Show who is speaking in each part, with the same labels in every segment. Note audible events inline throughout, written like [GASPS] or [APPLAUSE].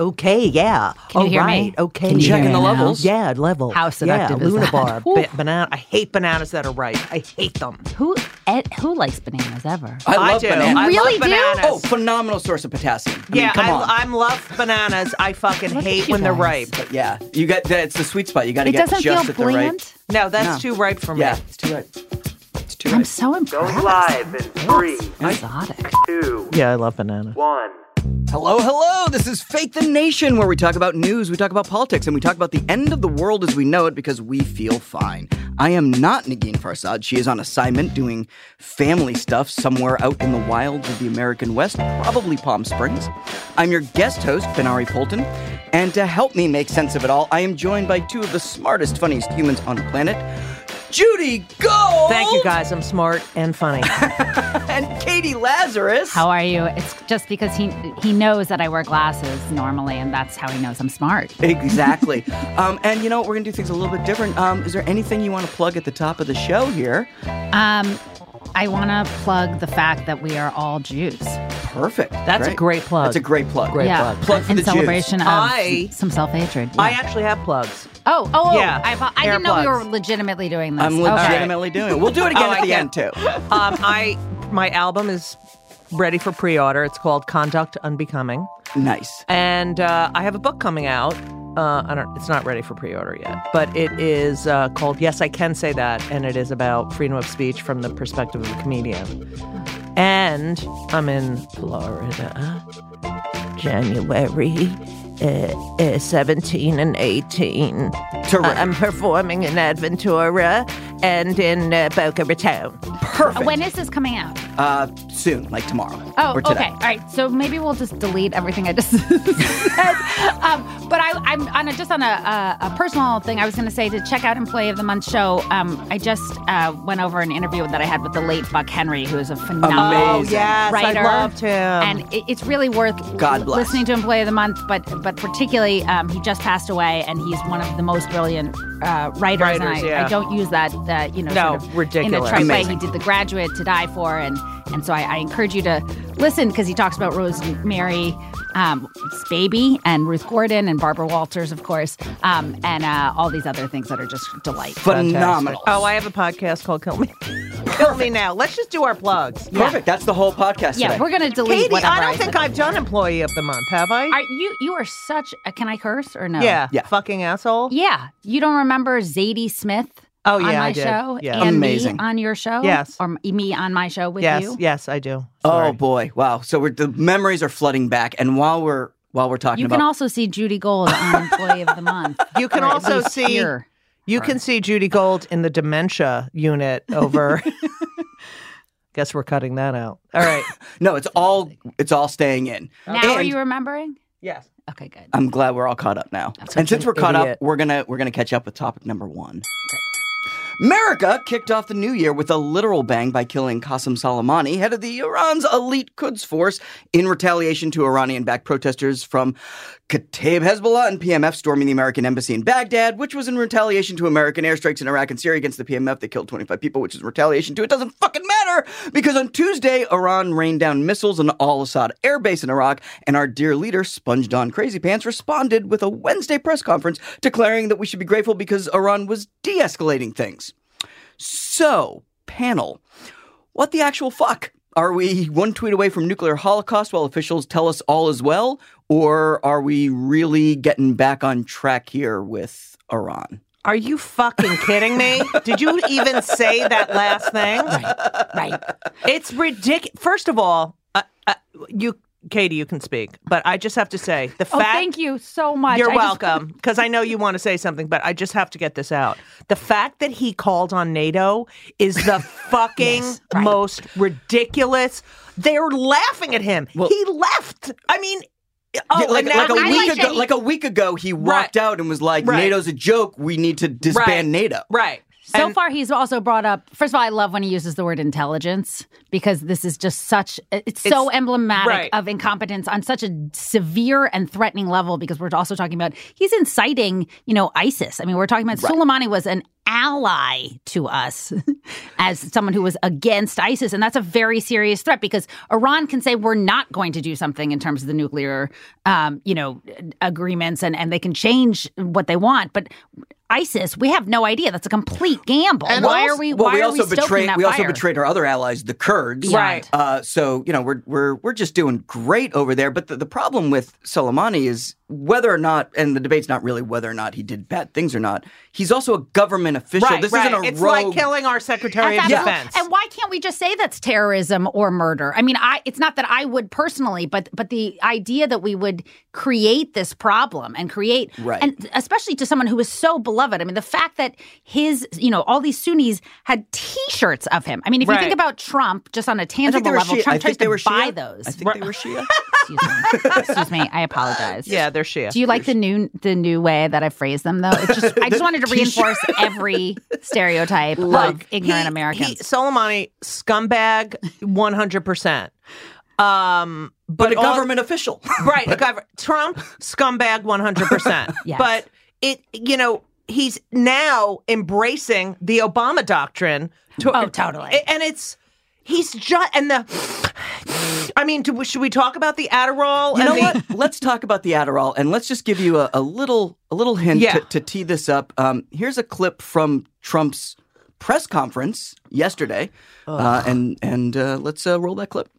Speaker 1: Okay, yeah.
Speaker 2: Can you
Speaker 1: All
Speaker 2: hear me?
Speaker 1: right, Okay.
Speaker 2: Can you
Speaker 1: yeah.
Speaker 2: hear me
Speaker 3: Checking the
Speaker 2: now?
Speaker 3: levels.
Speaker 1: Yeah, level.
Speaker 2: How seductive
Speaker 1: yeah,
Speaker 2: is that?
Speaker 1: Lunabar, ba- banana. I hate bananas that are ripe. I hate them.
Speaker 2: Who ed, who likes bananas ever?
Speaker 3: I, love
Speaker 1: do.
Speaker 3: bananas.
Speaker 1: I love
Speaker 2: Really do?
Speaker 1: bananas.
Speaker 3: oh, phenomenal source of potassium. I
Speaker 1: yeah.
Speaker 3: mean, come
Speaker 1: I,
Speaker 3: on.
Speaker 1: I love bananas. I fucking
Speaker 2: Look at
Speaker 1: hate
Speaker 2: you
Speaker 1: when they're
Speaker 2: guys.
Speaker 1: ripe.
Speaker 3: But yeah, you got that's the sweet spot. You got to
Speaker 2: It
Speaker 3: get
Speaker 2: doesn't
Speaker 3: just
Speaker 2: feel
Speaker 3: at the
Speaker 2: bland.
Speaker 3: right.
Speaker 1: No, that's
Speaker 3: No.
Speaker 1: too ripe for me.
Speaker 3: Yeah, it's too right. It's too
Speaker 2: I'm
Speaker 3: right.
Speaker 2: so impressed.
Speaker 4: Going live in
Speaker 2: That's
Speaker 4: three,
Speaker 2: Exotic.
Speaker 4: two,
Speaker 1: Yeah, I love banana.
Speaker 4: one.
Speaker 3: Hello, hello. This is Fake the Nation, where we talk about news, we talk about politics, and we talk about the end of the world as we know it because we feel fine. I am not Nagin Farsad. She is on assignment doing family stuff somewhere out in the wilds of the American West, probably Palm Springs. I'm your guest host, Benari Polton. And to help me make sense of it all, I am joined by two of the smartest, funniest humans on the planet, Judy Gold
Speaker 1: Thank you guys. I'm smart and
Speaker 3: [LAUGHS]
Speaker 1: funny.
Speaker 3: and Katie Lazarus.
Speaker 2: How are you? It's just because he he knows that I wear glasses normally, and that's how he knows I'm smart.
Speaker 3: Exactly. um, and you know, we're going to do things a little bit different. Um, is there anything you want to plug at the top of the show here?
Speaker 2: Um, I want to plug the fact that we are all Jews.
Speaker 3: Perfect.
Speaker 1: That's a great plug.
Speaker 3: That's a great plug.
Speaker 1: Great.
Speaker 2: yeah,
Speaker 1: plug.
Speaker 3: Plug for
Speaker 2: in
Speaker 3: the Jews.
Speaker 2: celebration of
Speaker 1: I-
Speaker 2: s- some self hatred.
Speaker 1: I actually have plugs.
Speaker 2: oh, oh, oh,
Speaker 1: Yeah,
Speaker 2: I, apo- I didn't know we
Speaker 1: earplugs.
Speaker 2: were legitimately doing this.
Speaker 3: I'm legitimately doing it. We'll do it again
Speaker 1: Oh,
Speaker 3: at
Speaker 1: I
Speaker 3: the
Speaker 1: can't-
Speaker 3: end too.
Speaker 1: Um, I my album is ready for pre-order. It's called Conduct Unbecoming.
Speaker 3: Nice.
Speaker 1: and uh, I have a book coming out. Uh, I don't. It's not ready for pre-order yet, but it is uh, called "Yes, I Can Say That," and it is about freedom of speech from the perspective of a comedian. And I'm in Florida, January uh, uh, 17 and 18.
Speaker 3: Terrific.
Speaker 1: Uh, I'm performing in Adventura and in uh, Boca Raton.
Speaker 3: Perfect.
Speaker 2: When is this coming out?
Speaker 3: uh, soon, like tomorrow.
Speaker 2: Oh,
Speaker 3: or today.
Speaker 2: okay. All right. So maybe we'll just delete everything I just [LAUGHS] said. Um, but I, I'm on a, just on a, a, a personal thing. I was going to say to check out Employee of the Month show. Um, I just uh, went over an interview that I had with the late Buck Henry, who is a phenomenal
Speaker 3: Amazing.
Speaker 1: yes, I
Speaker 2: writer.
Speaker 1: loved him.
Speaker 2: And it, it's really worth
Speaker 3: God
Speaker 2: l-
Speaker 3: bless.
Speaker 2: listening to Employee of the Month. But but particularly, um, he just passed away, and he's one of the most brilliant uh, writers. and
Speaker 1: Writers,
Speaker 2: I,
Speaker 1: yeah.
Speaker 2: I don't use that, uh, you know,
Speaker 1: No,
Speaker 2: sort of in a
Speaker 1: ridiculous.
Speaker 2: trite way.
Speaker 3: Amazing.
Speaker 2: He did The Graduate to Die For, and and so I, I encourage you to listen because he talks about Rosemary um, Baby and Ruth Gordon and Barbara Walters, of course, um, and uh, all these other things that are just delight.
Speaker 3: Phenomenal.
Speaker 1: Oh, I have a podcast called Kill Me. [LAUGHS] kill me now. Let's just do our plugs.
Speaker 3: Perfect. That's the whole podcast
Speaker 2: Yeah,
Speaker 3: today.
Speaker 2: we're gonna delete
Speaker 1: Katie,
Speaker 2: whatever
Speaker 1: I don't
Speaker 2: said.
Speaker 1: think I've done Employee of the Month, have I?
Speaker 2: Are you you are such a can I curse or no?
Speaker 1: yeah,
Speaker 3: Yeah.
Speaker 1: Fucking asshole.
Speaker 2: Yeah. You don't remember Zadie Smith
Speaker 1: Oh,
Speaker 2: on
Speaker 1: yeah,
Speaker 2: my
Speaker 1: I did.
Speaker 2: show
Speaker 1: Yeah.
Speaker 2: and
Speaker 3: Amazing.
Speaker 2: me on your show?
Speaker 1: Yes.
Speaker 2: Or m- me on my show with
Speaker 1: yes,
Speaker 2: you?
Speaker 1: yes, I do.
Speaker 3: oh
Speaker 1: Sorry.
Speaker 3: boy, wow. So we're, the memories are flooding back, and while we're while we're talking
Speaker 2: You
Speaker 3: about
Speaker 2: can also see Judy Gold on Employee of the Month.
Speaker 1: You can
Speaker 2: Or at
Speaker 1: also
Speaker 2: least
Speaker 1: see-
Speaker 2: hear.
Speaker 1: you can see Judy Gold in the dementia unit
Speaker 2: [LAUGHS]
Speaker 1: over. Guess we're cutting that out. All
Speaker 2: [LAUGHS]
Speaker 1: right.
Speaker 3: no, it's all it's all staying in.
Speaker 2: Now are
Speaker 3: And-
Speaker 2: you remembering?
Speaker 1: yes.
Speaker 2: Okay, good.
Speaker 1: Uh,
Speaker 3: I'm glad we're all caught up now. and since we're caught
Speaker 1: idiot.
Speaker 3: up, we're gonna we're gonna catch up with topic number one. America kicked off the new year with a literal bang by killing Qasem Soleimani, head of the Iran's elite Quds force, in retaliation to Iranian-backed protesters from Kataib Hezbollah and PMF storming the American embassy in Baghdad, which was in retaliation to American airstrikes in Iraq and Syria against the PMF that killed 25 people, which is retaliation to it doesn't fucking matter because on Tuesday Iran rained down missiles on al-Assad airbase in Iraq, and our dear leader Sponged On Crazy Pants responded with a Wednesday press conference declaring that we should be grateful because Iran was de-escalating things. So, panel, what the actual fuck? Are we one tweet away from nuclear holocaust while officials tell us all is well? Or are we really getting back on track here with Iran?
Speaker 1: Are you fucking kidding me? Did you even say that last thing?
Speaker 2: Right.
Speaker 1: It's ridiculous. First of all, uh, uh, you, Katie, you can speak, but I just have to say the
Speaker 2: Oh,
Speaker 1: fact
Speaker 2: thank you so much.
Speaker 1: You're
Speaker 2: I just-
Speaker 1: welcome. Because I know you want to say something, but I just have to get this out. The fact that he called on NATO is
Speaker 2: [LAUGHS]
Speaker 1: the fucking
Speaker 2: right.
Speaker 1: most ridiculous. They're laughing at him. he left. I mean, oh,
Speaker 3: Yeah, like,
Speaker 1: and now-
Speaker 3: like a
Speaker 2: I like
Speaker 3: week
Speaker 2: that
Speaker 3: ago,
Speaker 2: he-
Speaker 3: like a week ago, he walked out and was like,
Speaker 1: Right.
Speaker 3: "NATO's a joke. We need to disband
Speaker 1: Right.
Speaker 3: NATO."
Speaker 1: right.
Speaker 2: So
Speaker 1: And-
Speaker 2: far, he's also brought up. First of all, I love when he uses the word intelligence because this is just such. It's, so
Speaker 1: It's-
Speaker 2: emblematic
Speaker 1: right.
Speaker 2: of incompetence on such a severe and threatening level. Because we're also talking about he's inciting, you know, ISIS. I mean, we're talking about Soleimani was an ally to us [LAUGHS] as someone who was against ISIS, and that's a very serious threat because Iran can say we're not going to do something in terms of the nuclear, um, you know, agreements, and and they can change what they want, but. ISIS, we have no idea. That's a complete gamble. why are we?
Speaker 3: Well,
Speaker 2: why
Speaker 3: we
Speaker 2: are
Speaker 3: also
Speaker 2: we stoking
Speaker 3: betrayed.
Speaker 2: that
Speaker 3: We also
Speaker 2: fire?
Speaker 3: betrayed our other allies, the Kurds.
Speaker 2: Right.
Speaker 3: Uh, so you know we're we're we're just doing great over there. But the, the problem with Soleimani is whether or not, and the debate's not really whether or not he did bad things or not. He's also a government official.
Speaker 1: Right,
Speaker 3: this
Speaker 1: right.
Speaker 3: isn't a
Speaker 1: it's
Speaker 3: rogue.
Speaker 1: like killing our Secretary of
Speaker 2: That's absolute-
Speaker 1: Defense.
Speaker 2: And why can't we just say that's terrorism or murder? I mean, I it's not that I would personally, but but the idea that we would create this problem and create
Speaker 3: Right.
Speaker 2: and especially to someone who is so beloved. I mean, the fact that his, you know, all these Sunnis had T-shirts of him. I mean, if
Speaker 1: Right.
Speaker 2: you think about Trump, just on a
Speaker 3: I think
Speaker 2: tangible
Speaker 3: they were
Speaker 2: level,
Speaker 3: Shia. I
Speaker 2: Trump
Speaker 3: think
Speaker 2: tries
Speaker 3: they
Speaker 2: to
Speaker 3: were
Speaker 2: buy
Speaker 3: Shia.
Speaker 2: those.
Speaker 3: I think they
Speaker 2: [LAUGHS]
Speaker 3: were Shia.
Speaker 2: Excuse me.
Speaker 3: [LAUGHS]
Speaker 2: Excuse me. I apologize.
Speaker 1: yeah, they're Shia.
Speaker 2: Do you like the new the new way that I phrase them though? It's just I just
Speaker 3: [LAUGHS]
Speaker 2: wanted to reinforce every stereotype of ignorant
Speaker 1: He-
Speaker 2: Americans.
Speaker 1: He, Soleimani, scumbag, 100%. Um, but,
Speaker 3: But a
Speaker 1: all-
Speaker 3: government official.
Speaker 1: Right. the govern- Trump, scumbag
Speaker 3: [LAUGHS]
Speaker 1: 100%.
Speaker 2: Yes.
Speaker 1: But it, you know, he's now embracing the Obama doctrine. To,
Speaker 2: Oh, totally.
Speaker 1: A- And it's, he's just, and the, I mean, do, we- should we talk about the Adderall?
Speaker 3: You
Speaker 1: and
Speaker 3: know
Speaker 1: the-
Speaker 3: what? Let's talk about the Adderall, and let's just give you a, a little a little hint
Speaker 1: Yeah.
Speaker 3: to, to tee this up. Um, here's a clip from Trump's press conference yesterday, uh, and and uh, let's uh, roll that clip.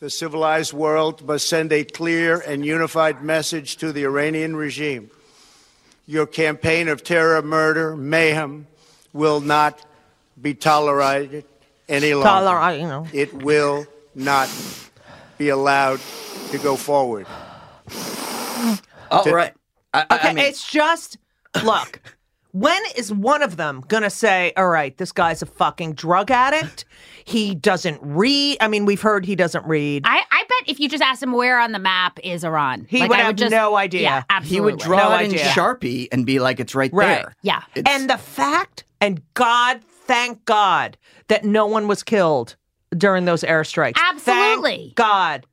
Speaker 5: The civilized world must send a clear and unified message to the Iranian regime. Your campaign of terror, murder, mayhem will not be tolerated any longer.
Speaker 1: Toler- you know.
Speaker 5: It will not be allowed to go forward.
Speaker 3: All right. I, I- I
Speaker 1: Okay,
Speaker 3: mean,
Speaker 1: it's just look. When is one of them gonna say, "All right, this guy's a fucking drug addict. He doesn't read." I mean, we've heard he doesn't read.
Speaker 2: I, I bet if you just asked him where on the map is Iran,
Speaker 1: He
Speaker 2: Like,
Speaker 1: would
Speaker 2: I
Speaker 1: have no idea.
Speaker 2: Yeah,
Speaker 3: he
Speaker 2: absolutely.
Speaker 3: would draw
Speaker 1: No
Speaker 3: it in
Speaker 1: idea.
Speaker 3: Sharpie and be like, "It's right,
Speaker 1: Right.
Speaker 3: there."
Speaker 2: Yeah.
Speaker 3: It's-
Speaker 1: and the fact, and God, thank God, that no one was killed during those airstrikes. Thank
Speaker 2: Absolutely.
Speaker 1: God.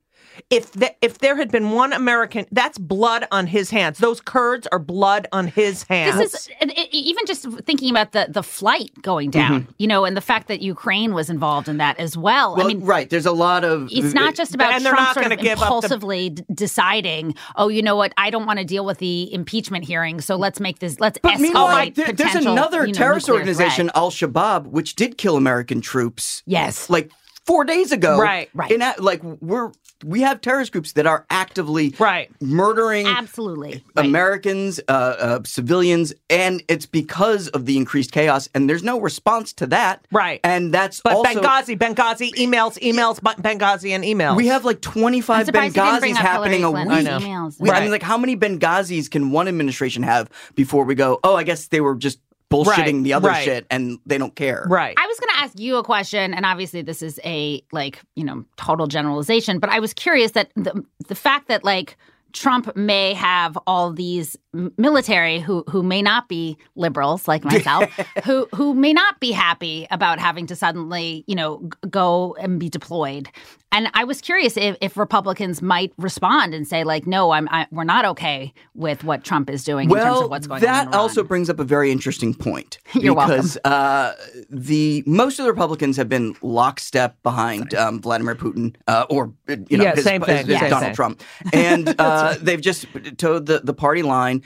Speaker 1: If the, if there had been one American, that's blood on his hands. Those Kurds are blood on his hands.
Speaker 2: This is and it, even just thinking about the the flight going
Speaker 1: Mm-hmm.
Speaker 2: down, you know, and the fact that Ukraine was involved in that as well.
Speaker 3: Well,
Speaker 2: I mean,
Speaker 3: right. There's a lot of.
Speaker 2: it's not just about
Speaker 1: And they're
Speaker 2: Trump
Speaker 1: not
Speaker 2: sort of
Speaker 1: gonna give up the-
Speaker 2: impulsively d- deciding, oh, you know what, I don't want to deal with the impeachment hearing, so let's make this, let's
Speaker 3: But
Speaker 2: escalate
Speaker 3: meanwhile, like, there- there's
Speaker 2: potential,
Speaker 3: another
Speaker 2: you know,
Speaker 3: terrorist
Speaker 2: nuclear
Speaker 3: organization,
Speaker 2: threat.
Speaker 3: Al Shabaab, which did kill American troops.
Speaker 2: Yes.
Speaker 3: Like four days ago.
Speaker 1: Right,
Speaker 2: right.
Speaker 3: In a- like we're we have terrorist groups that are actively
Speaker 1: Right.
Speaker 3: murdering
Speaker 2: Absolutely. Right.
Speaker 3: Americans, uh, uh, civilians, and it's because of the increased chaos, and there's no response to that.
Speaker 1: Right.
Speaker 3: And that's
Speaker 1: but
Speaker 3: also.
Speaker 1: Benghazi, Benghazi, emails, emails, Ben- Benghazi, and emails.
Speaker 3: we have like 25
Speaker 2: I'm surprised you didn't bring up
Speaker 3: Benghazis
Speaker 2: Hillary
Speaker 3: happening a week.
Speaker 2: Clinton emails.
Speaker 3: We- I mean,
Speaker 1: Right.
Speaker 3: like, how many Benghazis can one administration have before we go, oh, I guess they were just bullshitting
Speaker 1: Right,
Speaker 3: the other
Speaker 1: right.
Speaker 3: shit and they don't care?
Speaker 1: right.
Speaker 2: I was going to ask you a question, and obviously this is a like you know total generalization, but I was curious that the the fact that like Trump may have all these m- military who who may not be liberals
Speaker 3: [LAUGHS]
Speaker 2: like myself, who who may not be happy about having to suddenly you know g- go and be deployed, and I was curious if, if Republicans might respond and say like no, I'm I, we're not okay with what Trump is doing in terms
Speaker 3: Well,
Speaker 2: of what's going on.
Speaker 3: that
Speaker 2: in Iran.
Speaker 3: also brings up a very interesting point
Speaker 2: You're welcome.
Speaker 3: because uh, the most of the Republicans have been lockstep behind um, Vladimir Putin uh, or uh, you know
Speaker 1: Yeah,
Speaker 3: his,
Speaker 1: same
Speaker 3: his-
Speaker 1: thing,
Speaker 3: his
Speaker 1: same
Speaker 3: Donald
Speaker 1: thing.
Speaker 3: Trump, and uh, they've just towed the, the party line.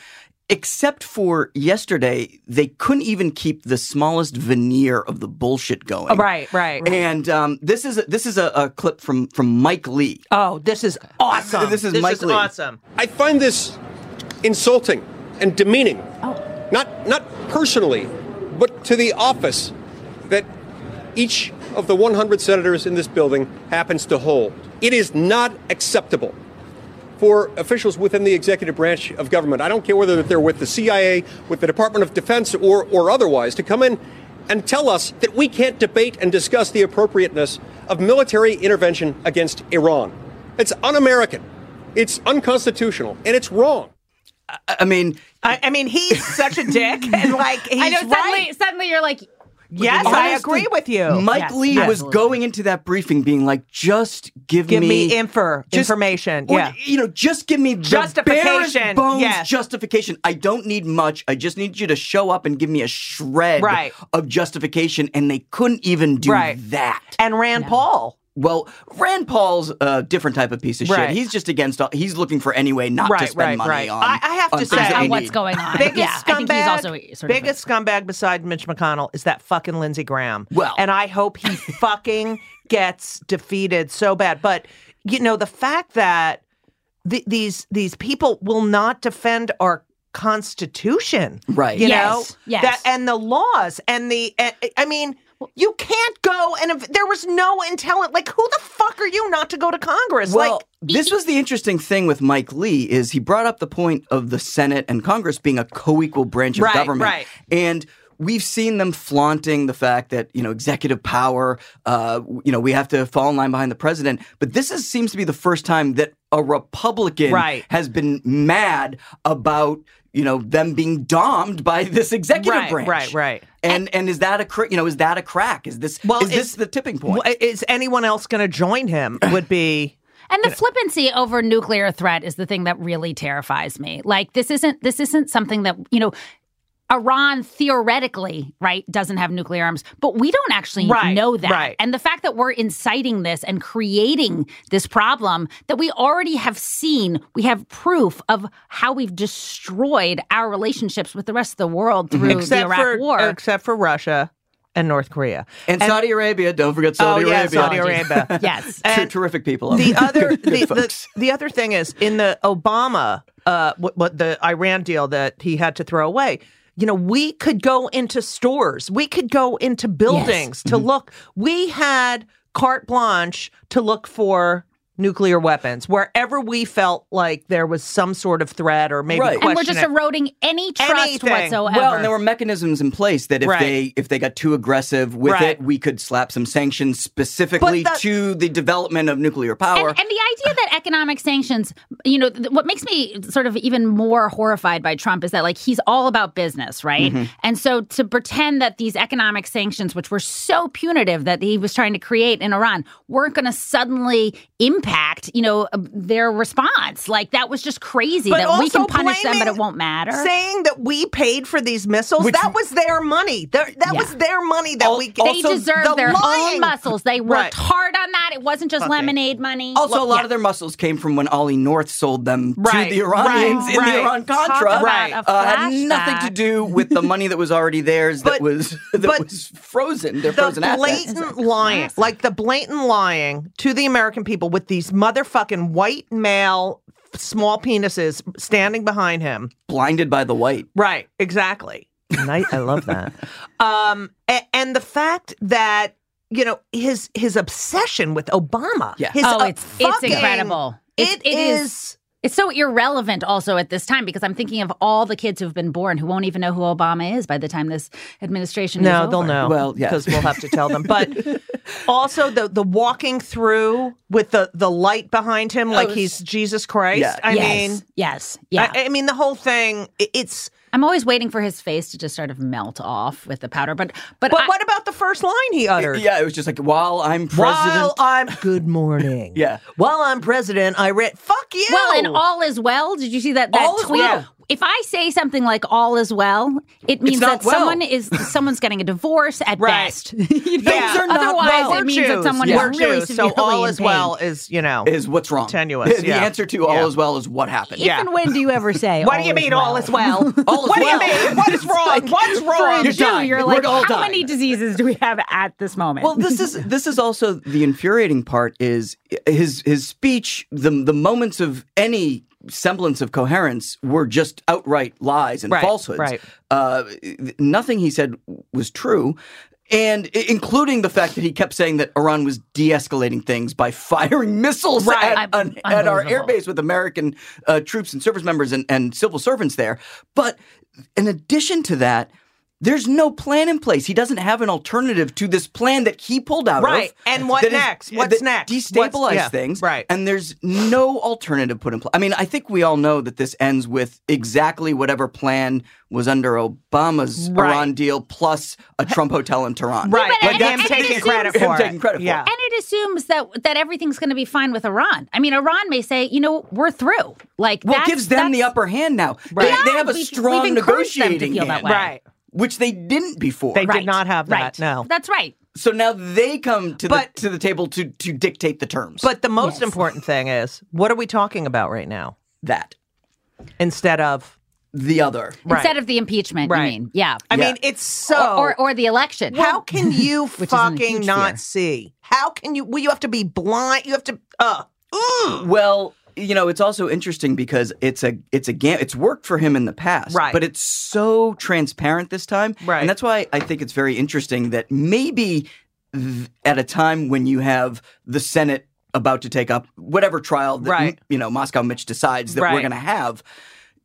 Speaker 3: Except for yesterday, they couldn't even keep the smallest veneer of the bullshit going.
Speaker 1: right, right.
Speaker 3: And um, this is this is a, a clip from from Mike Lee.
Speaker 1: oh, this is awesome.
Speaker 3: This is Mike Lee.
Speaker 1: awesome.
Speaker 6: I find this insulting and demeaning. Not not personally, but to the office that each of the 100 senators in this building happens to hold. It is not acceptable for officials within the executive branch of government. I don't care whether they're with the CIA, with the Department of Defense, or, or otherwise, to come in and tell us that we can't debate and discuss the appropriateness of military intervention against Iran. It's un American, it's unconstitutional, and it's wrong.
Speaker 3: I mean,
Speaker 1: I, I mean, he's such a dick, [LAUGHS] and like he's
Speaker 2: I know suddenly
Speaker 1: right.
Speaker 2: suddenly you're like
Speaker 1: Yes, I
Speaker 3: Honestly,
Speaker 1: agree with you.
Speaker 3: Mike
Speaker 2: Yes,
Speaker 3: Lee was
Speaker 2: absolutely.
Speaker 3: going into that briefing being like, just give,
Speaker 1: Give me infor- information,
Speaker 3: or,
Speaker 1: yeah.
Speaker 3: You know, just give me the
Speaker 1: Justification,
Speaker 3: barest bones
Speaker 1: yes.
Speaker 3: justification. I don't need much. I just need you to show up and give me a shred
Speaker 1: Right.
Speaker 3: of justification. And they couldn't even do
Speaker 1: Right.
Speaker 3: that.
Speaker 1: and Rand Paul.
Speaker 3: Well, Rand Paul's a different type of piece of shit.
Speaker 1: Right.
Speaker 3: He's just against all, he's looking for any way not to
Speaker 1: Right,
Speaker 3: spend
Speaker 1: right,
Speaker 3: money
Speaker 1: right.
Speaker 3: on.
Speaker 1: I- I have
Speaker 3: on
Speaker 1: to
Speaker 3: things
Speaker 1: say-
Speaker 3: that
Speaker 1: Uh,
Speaker 3: we
Speaker 2: what's
Speaker 3: need.
Speaker 2: going on.
Speaker 1: biggest
Speaker 2: yeah,
Speaker 1: scumbag,
Speaker 2: I think he's also sort of
Speaker 1: biggest scumbag beside Mitch McConnell is that fucking Lindsey Graham.
Speaker 3: Well-
Speaker 1: and I hope
Speaker 2: [LAUGHS]
Speaker 1: he fucking gets defeated so bad. But you know, the fact that th- these these people will not defend our constitution,
Speaker 3: Right.
Speaker 1: You
Speaker 2: Yes,
Speaker 1: know,
Speaker 2: yes.
Speaker 1: That, and the laws and the and, I mean. You can't go, and if there was no intelligence. Like, who the fuck are you not to go to Congress?
Speaker 3: Well,
Speaker 1: like,
Speaker 3: this was the interesting thing with Mike Lee is he brought up the point of the Senate and Congress being a co-equal branch of
Speaker 1: Right,
Speaker 3: government,
Speaker 1: right.
Speaker 3: and we've seen them flaunting the fact that you know executive power, uh, you know we have to fall in line behind the president. But this is, seems to be the first time that a Republican
Speaker 1: Right.
Speaker 3: has been mad about you know them being domed by this executive
Speaker 1: Right,
Speaker 3: branch,
Speaker 1: right, right.
Speaker 3: And and is that a cr- you know is that a crack? Is this
Speaker 1: Well,
Speaker 3: is this
Speaker 1: it's-
Speaker 3: the tipping point?
Speaker 1: wh- is anyone else going to join him? Would be
Speaker 2: And the flippancy over nuclear threat is the thing that really terrifies me. Like this isn't this isn't something that, you know, Iran theoretically, right, doesn't have nuclear arms, but we don't actually
Speaker 1: Right,
Speaker 2: know that.
Speaker 1: right.
Speaker 2: And the fact that we're inciting this and creating this problem that we already have seen, we have proof of how we've destroyed our relationships with the rest of the world through the
Speaker 1: except
Speaker 2: Iraq
Speaker 1: for
Speaker 2: War.
Speaker 1: except for Russia and North Korea.
Speaker 3: [LAUGHS] and, Saudi Arabia, don't forget
Speaker 1: Oh
Speaker 3: Saudi
Speaker 1: yeah,
Speaker 3: Arabia.
Speaker 1: Saudi
Speaker 3: [LAUGHS]
Speaker 1: Arabia.
Speaker 2: yes.
Speaker 3: Ter-
Speaker 1: And
Speaker 3: terrific people. out
Speaker 1: the
Speaker 3: there.
Speaker 1: other
Speaker 3: Good- good
Speaker 1: the, the,
Speaker 3: folks.
Speaker 1: the other thing is in the Obama uh what, what the Iran deal that he had to throw away. You know, we could go into stores, we could go into buildings to
Speaker 3: Mm-hmm.
Speaker 1: look. We had carte blanche to look for nuclear weapons wherever we felt like there was some sort of threat or maybe
Speaker 3: Right.
Speaker 2: and we're just
Speaker 1: question it.
Speaker 2: eroding any trust
Speaker 1: Anything.
Speaker 2: whatsoever.
Speaker 3: well, and there were mechanisms in place that if
Speaker 1: Right.
Speaker 3: they if they got too aggressive with
Speaker 1: Right.
Speaker 3: it, we could slap some sanctions specifically
Speaker 1: But the-
Speaker 3: to the development of nuclear power.
Speaker 2: And, and the idea that economic sanctions, you know, th- what makes me sort of even more horrified by Trump is that, like, he's all about business, right?
Speaker 1: Mm-hmm.
Speaker 2: And so to pretend that these economic sanctions, which were so punitive that he was trying to create in Iran, weren't going to suddenly impact impact, you know, uh, their response. Like that was just crazy
Speaker 1: But
Speaker 2: that we can
Speaker 1: also
Speaker 2: punish them, but
Speaker 1: blaming-
Speaker 2: it won't matter.
Speaker 1: Saying that we paid for these missiles,
Speaker 3: Which-
Speaker 1: that was their money. Their, that
Speaker 2: Yeah.
Speaker 1: was their money that we
Speaker 2: they deserve
Speaker 1: the
Speaker 2: their
Speaker 1: lying.
Speaker 2: own muscles. They worked
Speaker 1: Right.
Speaker 2: hard on that. It wasn't just lemonade money.
Speaker 3: Also, a lot of their muscles came from when Ollie North sold them
Speaker 1: Right,
Speaker 3: to the Iranians
Speaker 1: right,
Speaker 3: in the
Speaker 1: right.
Speaker 3: Iran
Speaker 2: Talk
Speaker 3: Contra.
Speaker 2: about Right. a
Speaker 3: Uh, had nothing to
Speaker 2: flashback.
Speaker 3: do with the money that was already theirs. that
Speaker 1: But-
Speaker 3: was [LAUGHS] that
Speaker 1: but
Speaker 3: was frozen. They're
Speaker 1: the
Speaker 3: frozen assets.
Speaker 1: blatant lying, like the blatant lying to the American people with these motherfucking white male small penises standing behind him.
Speaker 3: Blinded by the white.
Speaker 1: Right, exactly.
Speaker 7: And I, I love that.
Speaker 1: [LAUGHS] Um, and, and the fact that you know his his obsession with Obama.
Speaker 3: Yeah.
Speaker 1: his,
Speaker 2: oh,
Speaker 1: uh,
Speaker 2: it's it's
Speaker 1: fucking-
Speaker 2: incredible. It's,
Speaker 1: it is.
Speaker 2: It's so irrelevant also at this time because I'm thinking of all the kids who've been born who won't even know who Obama is by the time this administration is
Speaker 1: No,
Speaker 2: over.
Speaker 1: they'll know.
Speaker 3: Well, yeah.
Speaker 1: because we'll have to tell them.
Speaker 3: [LAUGHS]
Speaker 1: But also the the walking through with the the light behind him, like he's Jesus Christ.
Speaker 3: Oh, Yeah.
Speaker 1: I
Speaker 2: yes,
Speaker 1: mean,
Speaker 2: yes, yeah.
Speaker 1: I, I mean the whole thing. i- It's
Speaker 2: I, am always waiting for his face to just sort of melt off with the powder, but but,
Speaker 1: but
Speaker 2: I-
Speaker 1: what about the first line he uttered?
Speaker 3: Yeah, it was just like while I'm
Speaker 1: While
Speaker 3: president. [LAUGHS]
Speaker 1: I'm good morning.
Speaker 3: Yeah.
Speaker 1: While I'm president, I read fuck you.
Speaker 2: Well, and all is well. Did you see that that
Speaker 3: All is
Speaker 2: tweet?
Speaker 3: well.
Speaker 2: If I say something like all is well, it means
Speaker 3: not
Speaker 2: that
Speaker 3: well.
Speaker 2: someone is someone's getting a divorce at
Speaker 1: Right.
Speaker 2: best. [LAUGHS] You know?
Speaker 1: Things
Speaker 3: are not
Speaker 2: Otherwise,
Speaker 3: well.
Speaker 2: it means that
Speaker 1: Virtues.
Speaker 2: someone
Speaker 3: Yeah.
Speaker 2: is really
Speaker 1: Virtues. so
Speaker 2: severely
Speaker 1: all
Speaker 2: in
Speaker 1: as well
Speaker 2: pain.
Speaker 1: is you know
Speaker 3: is what's wrong.
Speaker 1: Tenuous,
Speaker 3: [LAUGHS] The
Speaker 1: yeah.
Speaker 3: answer to all
Speaker 1: Yeah.
Speaker 3: as well is what happened.
Speaker 2: If and when do you ever
Speaker 1: [LAUGHS]
Speaker 2: say?
Speaker 1: What do you
Speaker 2: is
Speaker 1: mean
Speaker 2: well?
Speaker 1: all is well?
Speaker 3: [LAUGHS]
Speaker 2: [LAUGHS]
Speaker 3: All is
Speaker 1: what
Speaker 3: well.
Speaker 1: do you mean?
Speaker 3: [LAUGHS]
Speaker 1: What is wrong? What's wrong?
Speaker 3: You're
Speaker 2: Dude,
Speaker 3: dying.
Speaker 2: you're
Speaker 3: We're
Speaker 2: like,
Speaker 3: all
Speaker 2: how
Speaker 3: dying.
Speaker 2: many diseases do we have at this moment?
Speaker 3: Well, this
Speaker 1: [LAUGHS]
Speaker 3: is this is also the infuriating part is his his speech. The the moments of any semblance of coherence were just outright lies and
Speaker 1: Right,
Speaker 3: falsehoods.
Speaker 1: right.
Speaker 3: Uh, nothing he said was true. And i- including the fact that he kept saying that Iran was de-escalating things by [LAUGHS] firing missiles
Speaker 1: Right.
Speaker 3: at, an, at our
Speaker 2: Unbelievable.
Speaker 3: airbase with American uh, troops and service members and, and civil servants there. But in addition to that, there's no plan in place. He doesn't have an alternative to this plan that he pulled out
Speaker 1: Right.
Speaker 3: of.
Speaker 1: And what
Speaker 3: that is-
Speaker 1: next? What's
Speaker 3: that
Speaker 1: next?
Speaker 3: Destabilize
Speaker 1: What's- yeah.
Speaker 3: things.
Speaker 1: Right.
Speaker 3: And there's no alternative put in place. I mean, I think we all know that this ends with exactly whatever plan was under Obama's
Speaker 1: Right.
Speaker 3: Iran deal plus a Trump hotel in Tehran.
Speaker 1: Right.
Speaker 2: But
Speaker 1: Like
Speaker 2: and-
Speaker 1: him
Speaker 2: and it
Speaker 1: taking
Speaker 2: assumes-
Speaker 1: credit
Speaker 3: Him
Speaker 1: for it.
Speaker 3: taking credit for
Speaker 1: yeah.
Speaker 3: it.
Speaker 2: and it assumes that that everything's going to be fine with Iran. I mean, Iran may say, you know, we're through. Like,
Speaker 3: Well, it
Speaker 2: that's-
Speaker 3: gives them the
Speaker 2: that's-
Speaker 3: upper hand now. They-
Speaker 1: Right.
Speaker 3: They, have a
Speaker 2: We've- we've
Speaker 3: strong
Speaker 2: encouraged them to
Speaker 3: negotiating
Speaker 2: feel that
Speaker 3: hand,
Speaker 2: way.
Speaker 1: Right.
Speaker 3: which they didn't before.
Speaker 1: They did not have that.
Speaker 2: Right.
Speaker 1: No.
Speaker 2: that's right.
Speaker 3: So now they come to
Speaker 1: But-
Speaker 3: the to the table to to dictate the terms.
Speaker 1: But the most important thing is, what are we talking about right now?
Speaker 3: that
Speaker 1: Instead of,
Speaker 3: the other.
Speaker 1: Right.
Speaker 2: Instead of the impeachment,
Speaker 1: Right.
Speaker 2: you mean? Yeah.
Speaker 1: I
Speaker 3: Yeah.
Speaker 1: mean, it's so.
Speaker 2: or, or or the election.
Speaker 1: how
Speaker 2: [LAUGHS]
Speaker 1: can you
Speaker 2: Which isn't a
Speaker 1: fucking
Speaker 2: huge
Speaker 1: not
Speaker 2: fear.
Speaker 1: see? How can you? Well, you have to be blind. You have to. Uh. mm.
Speaker 3: [GASPS] Well, you know, it's also interesting because it's a it's a gam- it's worked for him in the past,
Speaker 1: Right.
Speaker 3: But it's so transparent this time,
Speaker 1: Right.
Speaker 3: And that's why I think it's very interesting that maybe th- at a time when you have the Senate about to take up whatever trial that
Speaker 1: Right.
Speaker 3: you know Moscow Mitch decides that
Speaker 1: Right.
Speaker 3: we're going to have,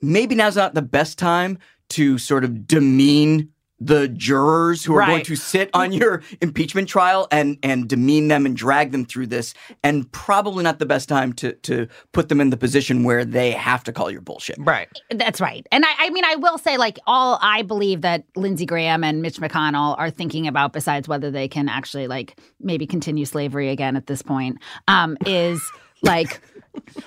Speaker 3: maybe now's not the best time to sort of demean. The jurors who are going
Speaker 1: Right.
Speaker 3: to sit on your impeachment trial and and demean them and drag them through this and probably not the best time to to put them in the position where they have to call your bullshit
Speaker 1: Right.
Speaker 2: That's right. And I, I mean, I will say, like, all I believe that Lindsey Graham and Mitch McConnell are thinking about, besides whether they can actually, like, maybe continue slavery again at this point, um, is like,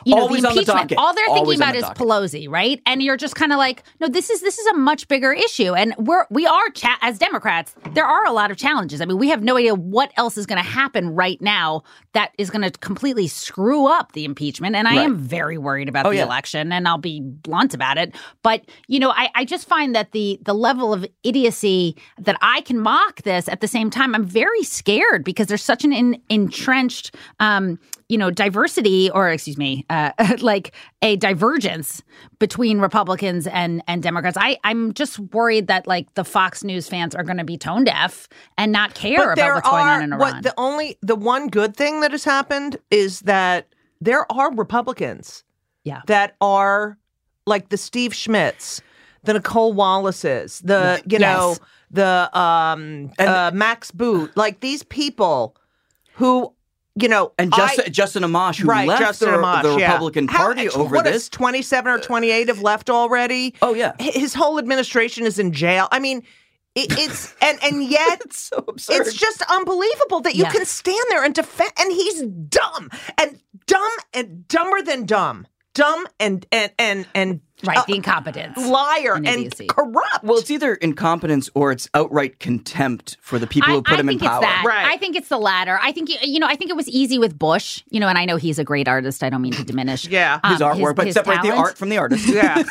Speaker 2: you know,
Speaker 3: Always
Speaker 2: the
Speaker 3: on the
Speaker 2: impeachment.
Speaker 3: docket.
Speaker 2: all they're
Speaker 3: Always
Speaker 2: thinking
Speaker 3: on
Speaker 2: about
Speaker 3: the
Speaker 2: is
Speaker 3: docket.
Speaker 2: Pelosi, right? And you're just kind of like, no, this is this is a much bigger issue, and we're we are cha- as Democrats, there are a lot of challenges. I mean, we have no idea what else is going to happen right now that is going to completely screw up the impeachment, and I am very worried about the
Speaker 3: Oh, yeah.
Speaker 2: election, and I'll be blunt about it. But you know, I, I just find that the the level of idiocy that I can mock this at the same time, I'm very scared because there's such an in, entrenched, um, you know, diversity or excuse me, uh, [LAUGHS] like a divergence between Republicans and and Democrats. I I'm just worried that like the Fox News fans are going to be tone deaf and not care about what's going on in Iran.
Speaker 1: What, the only the one good thing that has happened is that there are Republicans,
Speaker 2: Yeah.
Speaker 1: that are like the Steve Schmitz, the Nicole Wallace's, the you know
Speaker 2: Yes.
Speaker 1: the um uh, Max Boot, like these people who you know
Speaker 3: and
Speaker 1: I-
Speaker 3: Justin, Justin Amash who
Speaker 1: right
Speaker 3: left
Speaker 1: Justin
Speaker 3: the,
Speaker 1: Amash,
Speaker 3: the
Speaker 1: yeah.
Speaker 3: Republican
Speaker 1: How-
Speaker 3: Party over
Speaker 1: what is
Speaker 3: this Uh,
Speaker 1: 27 or 28 have left already
Speaker 3: oh yeah
Speaker 1: H- his whole administration is in jail i mean it, it's
Speaker 3: [LAUGHS]
Speaker 1: and and yet
Speaker 3: it's so absurd
Speaker 1: it's just unbelievable that you
Speaker 2: Yeah.
Speaker 1: can stand there and defend, and he's dumb. And dumb and dumber than dumb, dumb and and and and
Speaker 2: Right,
Speaker 1: uh,
Speaker 2: the incompetence.
Speaker 1: liar
Speaker 2: and
Speaker 1: and,
Speaker 2: idiocy.
Speaker 1: corrupt.
Speaker 3: Well, it's either incompetence or it's outright contempt for the people
Speaker 2: I,
Speaker 3: who put
Speaker 2: I
Speaker 3: him
Speaker 2: think
Speaker 3: in
Speaker 2: it's
Speaker 3: power.
Speaker 2: that.
Speaker 1: Right.
Speaker 2: I think it's the latter. I think you know. I think it was easy with Bush. You know, and I know he's a great artist. I don't mean to diminish
Speaker 1: [LAUGHS] Yeah.
Speaker 2: um,
Speaker 3: His artwork, but
Speaker 2: his
Speaker 3: separate the
Speaker 2: talent.
Speaker 3: art from the artist.
Speaker 1: yeah,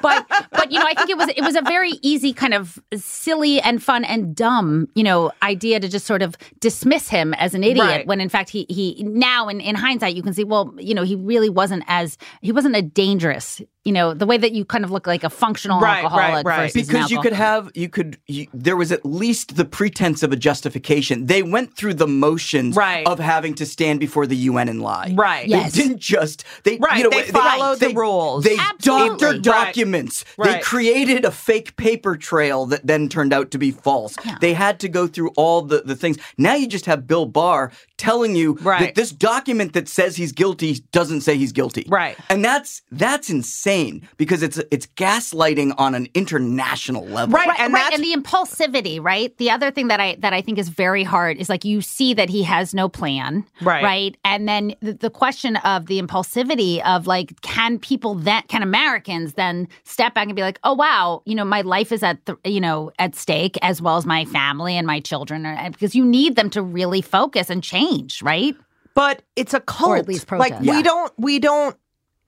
Speaker 2: but but you know, I think it was it was a very easy kind of silly and fun and dumb, you know, idea to just sort of dismiss him as an idiot
Speaker 1: Right.
Speaker 2: when in fact he he now in, in hindsight you can see, well, you know, he really wasn't as he wasn't a dangerous, you know, the way that you kind of look like a functional
Speaker 1: Right, right,
Speaker 2: alcoholic
Speaker 1: right.
Speaker 2: versus an
Speaker 3: because you could
Speaker 2: alcoholic.
Speaker 3: have you could you, there was at least the pretense of a justification they went through the motions
Speaker 1: Right.
Speaker 3: of having to stand before the un and lie
Speaker 1: Right.
Speaker 3: they
Speaker 2: Yes.
Speaker 3: didn't just they
Speaker 1: Right,
Speaker 3: you know,
Speaker 1: they followed the rules.
Speaker 3: they
Speaker 2: Absolutely.
Speaker 3: dubbed their
Speaker 2: Right.
Speaker 3: documents they
Speaker 1: Right.
Speaker 3: created a fake paper trail that then turned out to be false they had to go through all the, the things now you just have bill barr telling you
Speaker 1: Right.
Speaker 3: that this document that says he's guilty doesn't say he's guilty
Speaker 1: Right.
Speaker 3: and that's that's insane because it's it's gaslighting on an international level
Speaker 1: right,
Speaker 2: Right,
Speaker 1: and
Speaker 2: right,
Speaker 1: that's
Speaker 2: and the impulsivity, right? The other thing that I that I think is very hard is like you see that he has no plan,
Speaker 1: Right.
Speaker 2: Right, and then the, the question of the impulsivity of like, can people that can Americans then step back and be like, oh wow, you know, my life is at th- you know at stake as well as my family and my children, or, because you need them to really focus and change, right?
Speaker 1: but it's a cult.
Speaker 2: Or at least
Speaker 1: like
Speaker 2: protest.
Speaker 1: we
Speaker 3: Yeah.
Speaker 1: don't we don't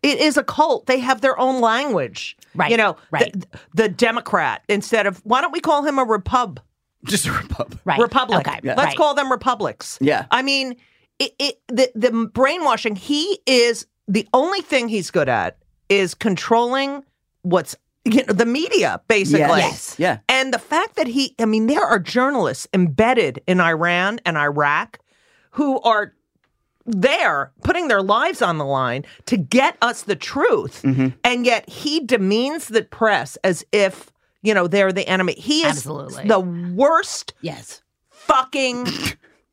Speaker 1: it is a cult. They have their own language.
Speaker 2: Right,
Speaker 1: You know,
Speaker 2: right.
Speaker 1: The, the Democrat instead of why don't we call him a repub
Speaker 3: just a republic.
Speaker 2: Right,
Speaker 1: republic?
Speaker 2: Okay,
Speaker 1: Let's
Speaker 2: right.
Speaker 1: call them republics.
Speaker 3: Yeah.
Speaker 1: I mean, it, it the the brainwashing he is the only thing he's good at is controlling what's you know, the media basically.
Speaker 2: Yes.
Speaker 3: Yeah.
Speaker 1: And the fact that he, I mean, there are journalists embedded in Iran and Iraq who are there putting their lives on the line to get us the truth.
Speaker 2: Mm-hmm.
Speaker 1: And yet he demeans the press as if, you know, they're the enemy. He is
Speaker 2: Absolutely.
Speaker 1: the worst
Speaker 2: Yes,
Speaker 1: fucking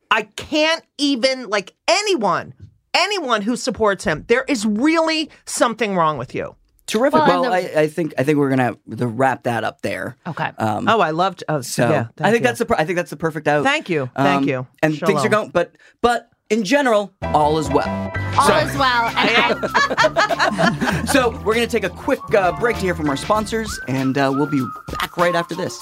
Speaker 1: I can't even like anyone, anyone who supports him. There is really something wrong with you.
Speaker 3: Terrific.
Speaker 2: Well, and
Speaker 3: Well, I, I think I think we're gonna the wrap that up there.
Speaker 2: okay.
Speaker 3: Um,
Speaker 1: Oh, I loved oh
Speaker 3: so
Speaker 1: yeah.
Speaker 3: I
Speaker 1: thank
Speaker 3: think
Speaker 1: you.
Speaker 3: that's the per- I think that's the perfect out. Um,
Speaker 1: Thank you. Thank you.
Speaker 3: And things are
Speaker 1: Shalom.
Speaker 3: going, but but in general, all is well.
Speaker 2: All is well,
Speaker 1: uh,
Speaker 2: and I,
Speaker 3: so we're gonna take a quick uh, break to hear from our sponsors, and uh, we'll be back right after this.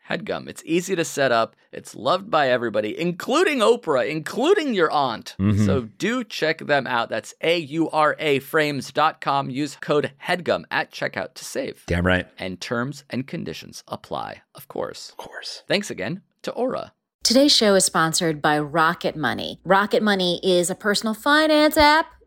Speaker 8: HEADGUM. It's easy to set up, it's loved by everybody, including Oprah, including your aunt.
Speaker 9: Mhm.
Speaker 8: So do check them out. That's A U R A frames.com. Use code HEADGUM at checkout to save.
Speaker 9: Damn right.
Speaker 8: And terms and conditions apply, of course.
Speaker 9: Of course.
Speaker 8: Thanks again to Aura.
Speaker 10: Today's show is sponsored by Rocket Money. Rocket Money is a personal finance app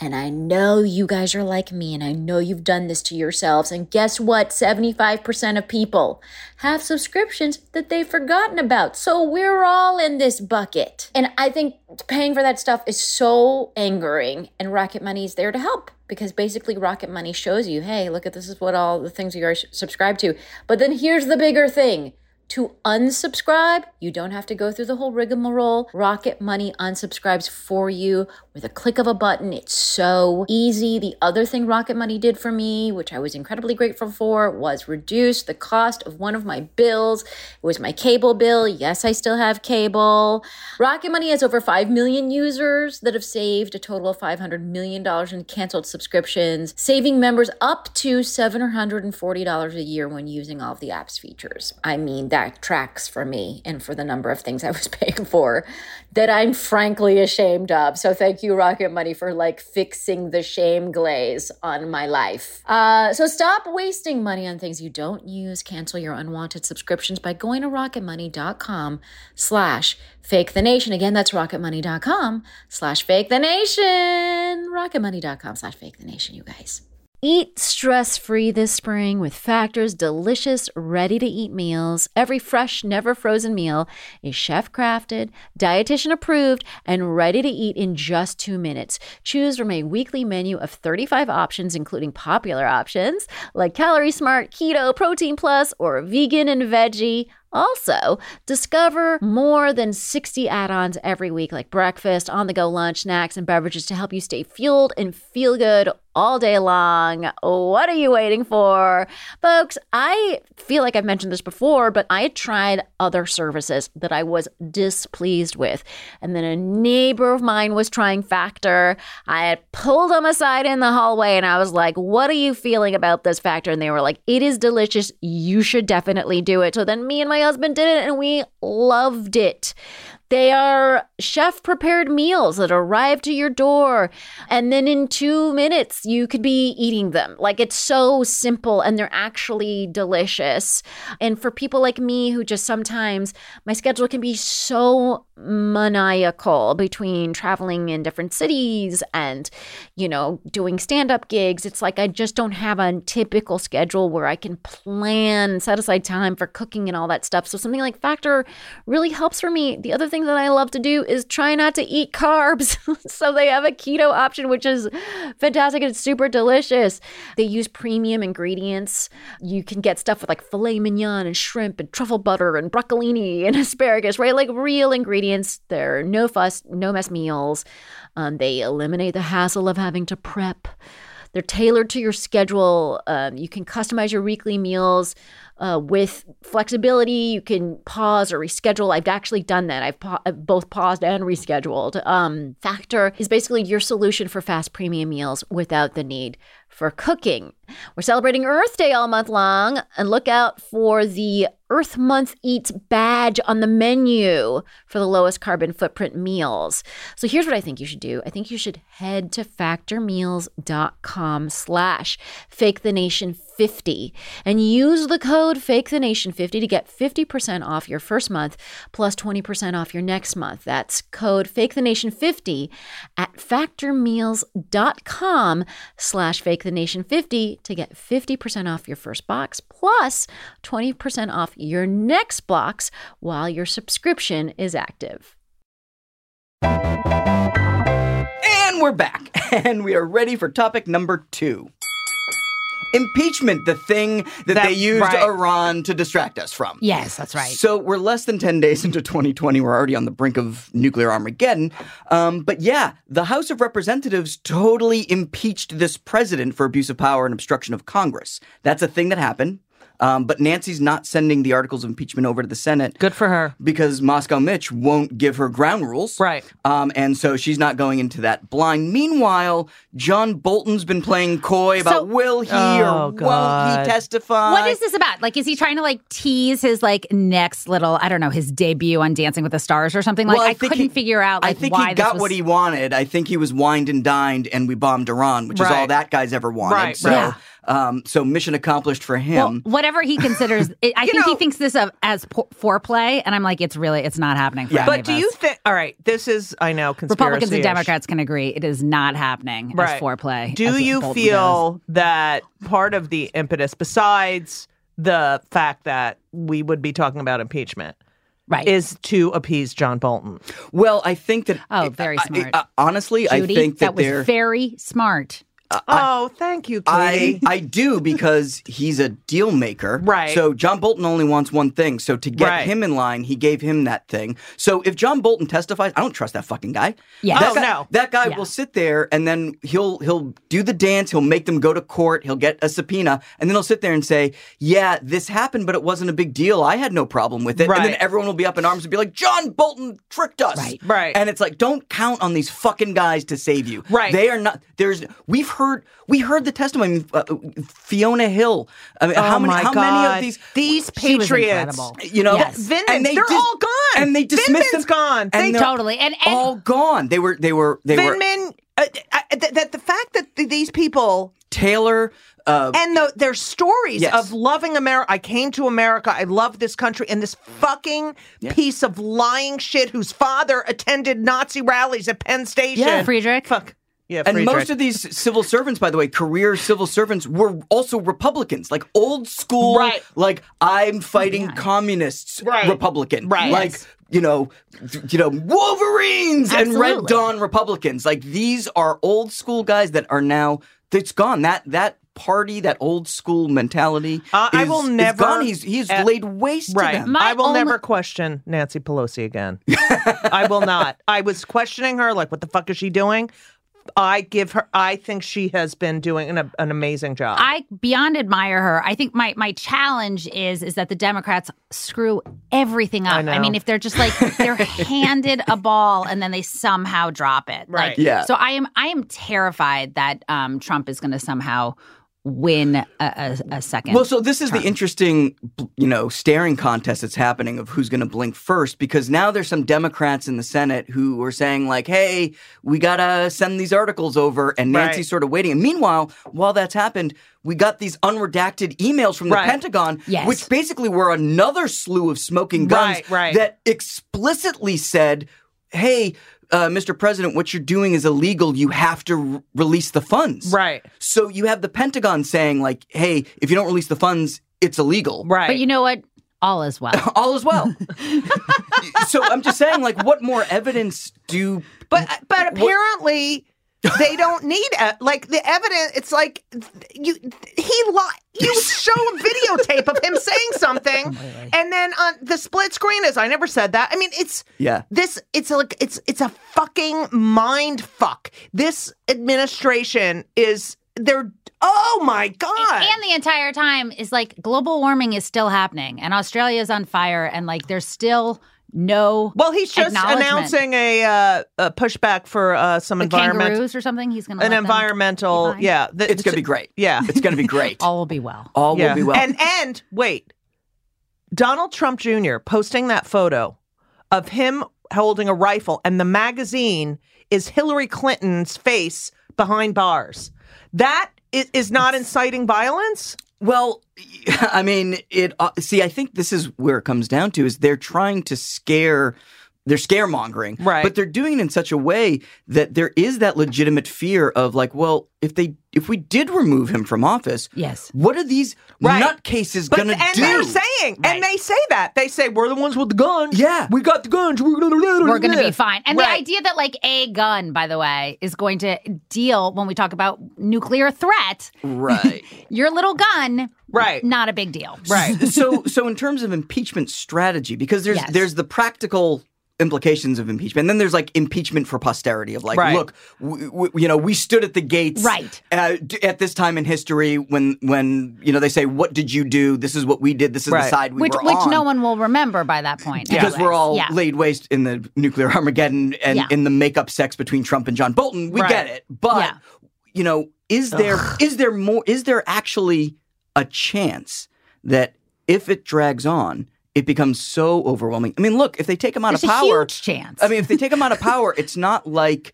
Speaker 11: And I know you guys are like me, and I know you've done this to yourselves. And guess what? 75% of people have subscriptions that they've forgotten about. So we're all in this bucket. And I think paying for that stuff is so angering, and Rocket Money is there to help because basically Rocket Money shows you hey, look at this is what all the things you are subscribed to. But then here's the bigger thing. To unsubscribe, you don't have to go through the whole rigmarole. Rocket Money unsubscribes for you with a click of a button. It's so easy. The other thing Rocket Money did for me, which I was incredibly grateful for, was reduce the cost of one of my bills. It was my cable bill. Yes, I still have cable. Rocket Money has over 5 million users that have saved a total of $500 million in canceled subscriptions, saving members up to $740 a year when using all of the app's features. I mean, that tracks for me and for the number of things I was [LAUGHS] paying for that I'm frankly ashamed of. So thank you, Rocket Money, for like fixing the shame glaze on my life. Uh, so stop wasting money on things you don't use. Cancel your unwanted subscriptions by going to rocketmoney.com slash fake the nation. Again, that's rocketmoney.com slash fake the nation. Rocketmoney.com slash fake the nation, you guys.
Speaker 10: Eat stress free this spring with Factor's delicious, ready to eat meals. Every fresh, never frozen meal is chef crafted, dietitian approved, and ready to eat in just two minutes. Choose from a weekly menu of 35 options, including popular options like Calorie Smart, Keto, Protein Plus, or Vegan and Veggie. Also, discover more than 60 add ons every week, like breakfast, on the go lunch, snacks, and beverages to help you stay fueled and feel good all day long. What are you waiting for? Folks, I feel like I've mentioned this before, but I tried other services that I was displeased with. And then a neighbor of mine was trying Factor. I had pulled them aside in the hallway and I was like, What are you feeling about this Factor? And they were like, It is delicious. You should definitely do it. So then me and my husband did it and we loved it. They are chef prepared meals that arrive to your door. And then in two minutes, you could be eating them. Like it's so simple and they're actually delicious. And for people like me who just sometimes my schedule can be so maniacal between traveling in different cities and, you know, doing stand up gigs, it's like I just don't have a typical schedule where I can plan, set aside time for cooking and all that stuff. So something like Factor really helps for me. The other thing that I love to do is try not to eat carbs. [LAUGHS] so they have a keto option, which is fantastic. It's super delicious. They use premium ingredients. You can get stuff with like filet mignon and shrimp and truffle butter and broccolini and [LAUGHS] asparagus, right? Like real ingredients. They're no fuss, no mess meals. Um, they eliminate the hassle of having to prep. They're tailored to your schedule. Um, you can customize your weekly meals uh, with flexibility. You can pause or reschedule. I've actually done that. I've, pa- I've both paused and rescheduled. Um, Factor is basically your solution for fast premium meals without the need for cooking. We're celebrating Earth Day all month long, and look out for the Earth Month Eats badge on the menu for the lowest carbon footprint meals. So here's what I think you should do. I think you should head to factormeals.com slash fake the nation 50 and use the code fake the nation 50 to get 50% off your first month plus 20% off your next month. That's code fake the nation 50 at factormeals.com slash fake the nation 50 to get 50% off your first box plus 20% off your next box while your subscription is active.
Speaker 3: And we're back, [LAUGHS] and we are ready for topic number two. Impeachment, the thing that,
Speaker 2: That-
Speaker 3: they used
Speaker 2: right.
Speaker 3: Iran to distract us from.
Speaker 2: Yes, that's right.
Speaker 3: So we're less than 10 days into 2020. We're already on the brink of nuclear Armageddon. Um, but yeah, the House of Representatives totally impeached this president for abuse of power and obstruction of Congress. That's a thing that happened. Um, but Nancy's not sending the articles of impeachment over to the Senate
Speaker 1: Good for her.
Speaker 3: because Moscow Mitch won't give her ground rules.
Speaker 1: Right.
Speaker 3: Um, and so she's not going into that blind. Meanwhile, John Bolton's been playing coy about
Speaker 2: So-
Speaker 3: will he
Speaker 1: Oh,
Speaker 3: or won't
Speaker 1: God.
Speaker 3: he testify?
Speaker 2: What is this about? Like, is he trying to like tease his like next little, I don't know, his debut on Dancing with the Stars or something? Like,
Speaker 3: Well,
Speaker 2: I,
Speaker 3: think
Speaker 2: couldn't
Speaker 3: he-
Speaker 2: figure out. Like,
Speaker 3: I think
Speaker 2: why
Speaker 3: he
Speaker 2: this
Speaker 3: got
Speaker 2: was-
Speaker 3: what he wanted. I think he was wined and dined, and we bombed Iran, which is all
Speaker 1: Right.
Speaker 3: that guy's ever wanted.
Speaker 1: Right,
Speaker 3: so,
Speaker 2: right.
Speaker 3: um, so mission accomplished for
Speaker 2: Well,
Speaker 3: him.
Speaker 2: whatever he considers, it, I think
Speaker 1: know-
Speaker 2: he thinks this of, as po- foreplay, and I'm like, it's really, it's not happening. For
Speaker 3: Yeah.
Speaker 2: any
Speaker 1: But
Speaker 2: of
Speaker 1: do
Speaker 2: us.
Speaker 1: you think? All right, this is I know conspiracy.
Speaker 2: Republicans and Democrats can agree it is not happening
Speaker 1: Right.
Speaker 2: as foreplay?
Speaker 1: Do
Speaker 2: as
Speaker 1: you
Speaker 2: Bolton
Speaker 1: feel that part of the impetus, besides the fact that we would be talking about impeachment,
Speaker 2: goes. right?
Speaker 1: is to appease John Bolton?
Speaker 3: Well, I think that.
Speaker 2: Oh, very
Speaker 3: I- I-
Speaker 2: smart.
Speaker 3: I- honestly,
Speaker 2: Judy,
Speaker 3: I think that,
Speaker 2: was
Speaker 3: they're.
Speaker 2: very smart.
Speaker 1: oh, thank you,
Speaker 3: I,
Speaker 1: Katie.
Speaker 3: I do because he's a deal maker.
Speaker 1: [LAUGHS] Right.
Speaker 3: So John Bolton only wants one thing. So to get
Speaker 1: Right.
Speaker 3: him in line, he gave him that thing. So if John Bolton testifies, I don't trust that fucking guy.
Speaker 2: Yeah.
Speaker 3: That
Speaker 1: Oh,
Speaker 3: guy,
Speaker 1: no.
Speaker 3: That guy
Speaker 2: Yeah.
Speaker 3: will sit there and then he'll he'll do the dance, he'll make them go to court, he'll get a subpoena, and then he'll sit there and say, Yeah, this happened, but it wasn't a big deal. I had no problem with it. And then
Speaker 1: Right.
Speaker 3: everyone will be up in arms and be like, John Bolton tricked us.
Speaker 2: Right.
Speaker 1: Right.
Speaker 3: And it's like, don't count on these fucking guys to save you.
Speaker 1: Right.
Speaker 3: They are not. There's. We've heard. We heard the testimony. Uh, Fiona Hill. I mean, how
Speaker 1: Oh,
Speaker 3: many?
Speaker 1: my
Speaker 3: How many
Speaker 1: God.
Speaker 3: of these?
Speaker 1: These
Speaker 2: She was
Speaker 1: patriots?
Speaker 2: incredible.
Speaker 3: You know,
Speaker 2: Yes.
Speaker 1: Vinman,
Speaker 3: and they
Speaker 1: they're
Speaker 3: dis-
Speaker 1: all gone.
Speaker 3: And they
Speaker 1: Vinman's
Speaker 3: dismissed them.
Speaker 1: gone. They
Speaker 3: And they're
Speaker 2: totally. And, and
Speaker 3: all gone. They were. They were. They were.
Speaker 1: Vinman, uh, uh, th- that the fact that th- these people
Speaker 3: Taylor. Uh,
Speaker 1: and the, their stories
Speaker 3: Yes.
Speaker 1: of loving America. I came to America. I love this country. And this fucking piece of lying shit whose father attended Nazi rallies at Penn Station.
Speaker 3: Yeah.
Speaker 2: Friedrich.
Speaker 1: Fuck. Yeah,
Speaker 3: and
Speaker 1: Friedrich.
Speaker 3: most of these civil servants, by the way, career civil servants were also Republicans, like old school,
Speaker 1: Right.
Speaker 3: like I'm fighting communists,
Speaker 1: Right.
Speaker 3: Republican,
Speaker 1: Right.
Speaker 3: like you know, th- you know, Wolverines and Red
Speaker 2: Absolutely.
Speaker 3: Dawn Republicans. Like these are old school guys that are now it's gone. That that party, that old school mentality.
Speaker 1: Uh, I
Speaker 3: is-
Speaker 1: will
Speaker 3: is
Speaker 1: never-
Speaker 3: gone. He's he's
Speaker 1: uh,
Speaker 3: laid waste to
Speaker 1: Right.
Speaker 3: them.
Speaker 2: My
Speaker 1: I will
Speaker 2: only-
Speaker 1: never question Nancy Pelosi
Speaker 3: [LAUGHS]
Speaker 1: again. I will not. I was questioning her, like, what the fuck is she doing? I give her, I think she has been doing an, an amazing job.
Speaker 2: I beyond admire her. I think my my challenge is is that the Democrats screw everything up.
Speaker 1: I
Speaker 2: I,
Speaker 1: know.
Speaker 2: mean, if they're just like
Speaker 1: [LAUGHS]
Speaker 2: they're handed a ball and then they somehow drop it.
Speaker 1: Right.
Speaker 2: Like,
Speaker 3: Yeah.
Speaker 2: So I am I am terrified that um, Trump is going to somehow win a, a, a second.
Speaker 3: Well, so this is the interesting, bl- you know, staring contest that's happening of who's going to blink first because now there's some Democrats in the Senate who are saying like, "Hey, we gotta send these articles over," and
Speaker 1: Right.
Speaker 3: Nancy's sort of waiting. And meanwhile, while that's happened, we got these unredacted emails from the
Speaker 1: Right.
Speaker 3: Pentagon,
Speaker 2: Yes.
Speaker 3: which basically were another slew of smoking guns
Speaker 1: Right, right.
Speaker 3: that explicitly said, "Hey." Uh, Mr. President, what you're doing is illegal. You have to r- release the funds.
Speaker 1: right.
Speaker 3: So you have the Pentagon saying, like, hey, if you don't release the funds, it's illegal.
Speaker 1: Right.
Speaker 2: but you know what? All
Speaker 1: [LAUGHS]
Speaker 2: is well.
Speaker 3: All is well. so I'm just saying, like, what more evidence do.
Speaker 1: But uh, but
Speaker 3: [LAUGHS]
Speaker 1: apparently they don't need it. Like the evidence, it's like you he li- you show a videotape of him
Speaker 3: [LAUGHS]
Speaker 1: saying
Speaker 3: Oh,
Speaker 1: something, and then on the split screen is I never said that. I mean, it's
Speaker 3: Yeah.
Speaker 1: This it's like it's it's a fucking mind fuck. This administration is they're oh my god.
Speaker 2: And the entire time is like global warming is still happening and Australia is on fire and like there's still no
Speaker 1: well, he's just
Speaker 2: Acknowledgement.
Speaker 1: announcing a, uh, a pushback for uh, some
Speaker 2: the
Speaker 1: environment,
Speaker 2: kangaroos or something. He's going to
Speaker 1: an environmental.
Speaker 2: fine.
Speaker 1: Yeah, the-
Speaker 3: It's going to be great.
Speaker 1: Yeah,
Speaker 3: It's going to
Speaker 1: [LAUGHS]
Speaker 3: be great.
Speaker 2: All will be well.
Speaker 3: All will be well.
Speaker 1: And and wait, Donald Trump Jr. posting that photo of him holding a rifle, and the magazine is Hillary Clinton's face behind bars. That is, is not inciting violence.
Speaker 3: well, [LAUGHS] I mean, it. Uh, see, I think this is where it comes down to is they're trying to scare. They're scaremongering,
Speaker 1: Right.
Speaker 3: But they're doing it in such a way that there is that legitimate fear of like, well, if they if we did remove him from office,
Speaker 2: Yes.
Speaker 3: what are these
Speaker 1: Right.
Speaker 3: nutcases
Speaker 1: But
Speaker 3: gonna
Speaker 1: and
Speaker 3: do?
Speaker 1: they're saying, and they say that they say we're the ones with the guns.
Speaker 3: Yeah.
Speaker 1: we got the guns. We're gonna
Speaker 2: We're going to be fine. And the
Speaker 1: Right.
Speaker 2: idea that, like, a gun, by the way, is going to deal when we talk about nuclear threat,
Speaker 3: Right.
Speaker 2: your little gun,
Speaker 1: Right.
Speaker 2: not a big deal. [LAUGHS]
Speaker 1: right.
Speaker 3: so so in terms of impeachment strategy because there's
Speaker 2: Yes.
Speaker 3: there's the practical implications of impeachment. And then there's like impeachment for posterity of like,
Speaker 1: Right.
Speaker 3: look, w- w- you know, we stood at the gates
Speaker 2: Right.
Speaker 3: uh, d- at this time in history when when you know they say, what did you do? This is what we did. This is the
Speaker 1: Right.
Speaker 3: side we
Speaker 2: which
Speaker 3: were
Speaker 2: which
Speaker 3: on.
Speaker 2: no one will remember by that point.
Speaker 3: Because
Speaker 2: anyways.
Speaker 3: we're all
Speaker 2: yeah.
Speaker 3: laid waste in the nuclear Armageddon and
Speaker 2: Yeah.
Speaker 3: in the make-up sex between Trump and John Bolton, we
Speaker 1: Right.
Speaker 3: get it. But
Speaker 2: Yeah.
Speaker 3: you know, is there is there more? Is there actually a chance that if it drags on, it becomes so overwhelming? I mean, look, if they take him out
Speaker 2: There's
Speaker 3: of
Speaker 2: a
Speaker 3: power,
Speaker 2: huge chance.
Speaker 3: I mean, if they take him out of power, it's not like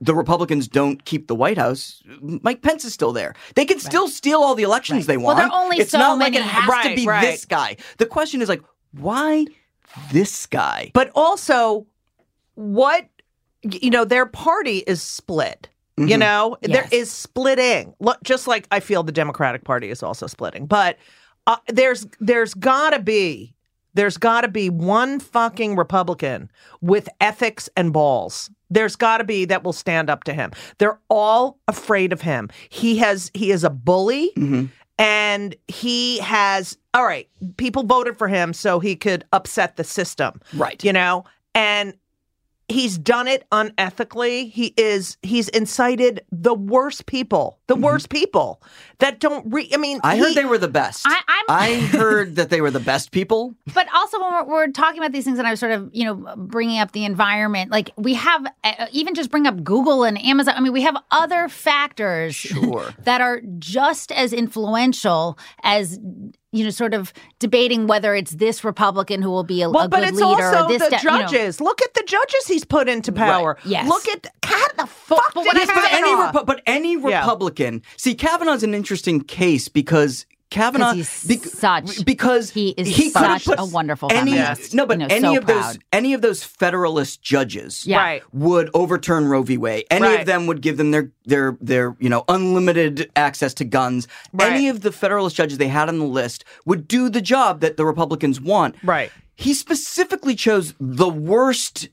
Speaker 3: the Republicans don't keep the White House. Mike Pence is still there. They can still steal all the elections they
Speaker 2: Well,
Speaker 3: want.
Speaker 2: there are only
Speaker 3: it's
Speaker 2: so
Speaker 3: not like
Speaker 2: many-
Speaker 3: it has to
Speaker 1: Right,
Speaker 3: be
Speaker 1: right.
Speaker 3: this guy. The question is like, why this guy?
Speaker 1: But also, what you know, their party is split. You
Speaker 3: Mhm.
Speaker 1: know,
Speaker 2: Yes.
Speaker 1: there is splitting. Look, just like I feel the Democratic Party is also splitting. But uh, there's there's gotta be there's gotta be one fucking Republican with ethics and balls. There's gotta be that will stand up to him. They're all afraid of him. He has he is a bully
Speaker 3: Mhm.
Speaker 1: and he has all right people voted for him so he could upset the system
Speaker 3: Right.
Speaker 1: you know and he's done it unethically he is he's incited the worst people the worst people that don't re- i mean
Speaker 3: Mm-hmm. I heard
Speaker 1: he-
Speaker 3: they were the best.
Speaker 2: I- I'm-
Speaker 3: I heard that they were the best people.
Speaker 2: but also when we're, we're talking about these things and i was sort of you know bringing up the environment like we have uh, even just bring up google and amazon i mean we have other factors [LAUGHS] that are just as influential as you know sort of debating whether it's this republican who will be a,
Speaker 1: well,
Speaker 2: a
Speaker 1: but
Speaker 2: good
Speaker 1: it's
Speaker 2: leader
Speaker 1: also
Speaker 2: or this
Speaker 1: the
Speaker 2: de- you know.
Speaker 1: judges. Look at the judges he's put into power.
Speaker 2: Yes.
Speaker 1: Look at God, the fuck.
Speaker 2: but
Speaker 1: did
Speaker 2: when I
Speaker 1: he put
Speaker 2: say
Speaker 3: But any,
Speaker 1: Kavanaugh?
Speaker 3: Repu- but any Republican. See, Kavanaugh's an interesting case because Kavanaugh.
Speaker 2: he's such-
Speaker 3: because
Speaker 2: he is
Speaker 3: could have
Speaker 2: such
Speaker 3: put
Speaker 2: a wonderful
Speaker 3: any,
Speaker 2: feminist.
Speaker 3: No, but
Speaker 2: You know,
Speaker 3: any
Speaker 2: so
Speaker 3: of those
Speaker 2: proud.
Speaker 3: any of those Federalist judges.
Speaker 2: Yeah.
Speaker 1: Right.
Speaker 3: Would overturn Roe v. Wade. Any
Speaker 1: Right.
Speaker 3: of them would give them their their their you know unlimited access to guns.
Speaker 1: Right.
Speaker 3: Any of the Federalist judges they had on the list would do the job that the Republicans want.
Speaker 1: Right.
Speaker 3: He specifically chose the worst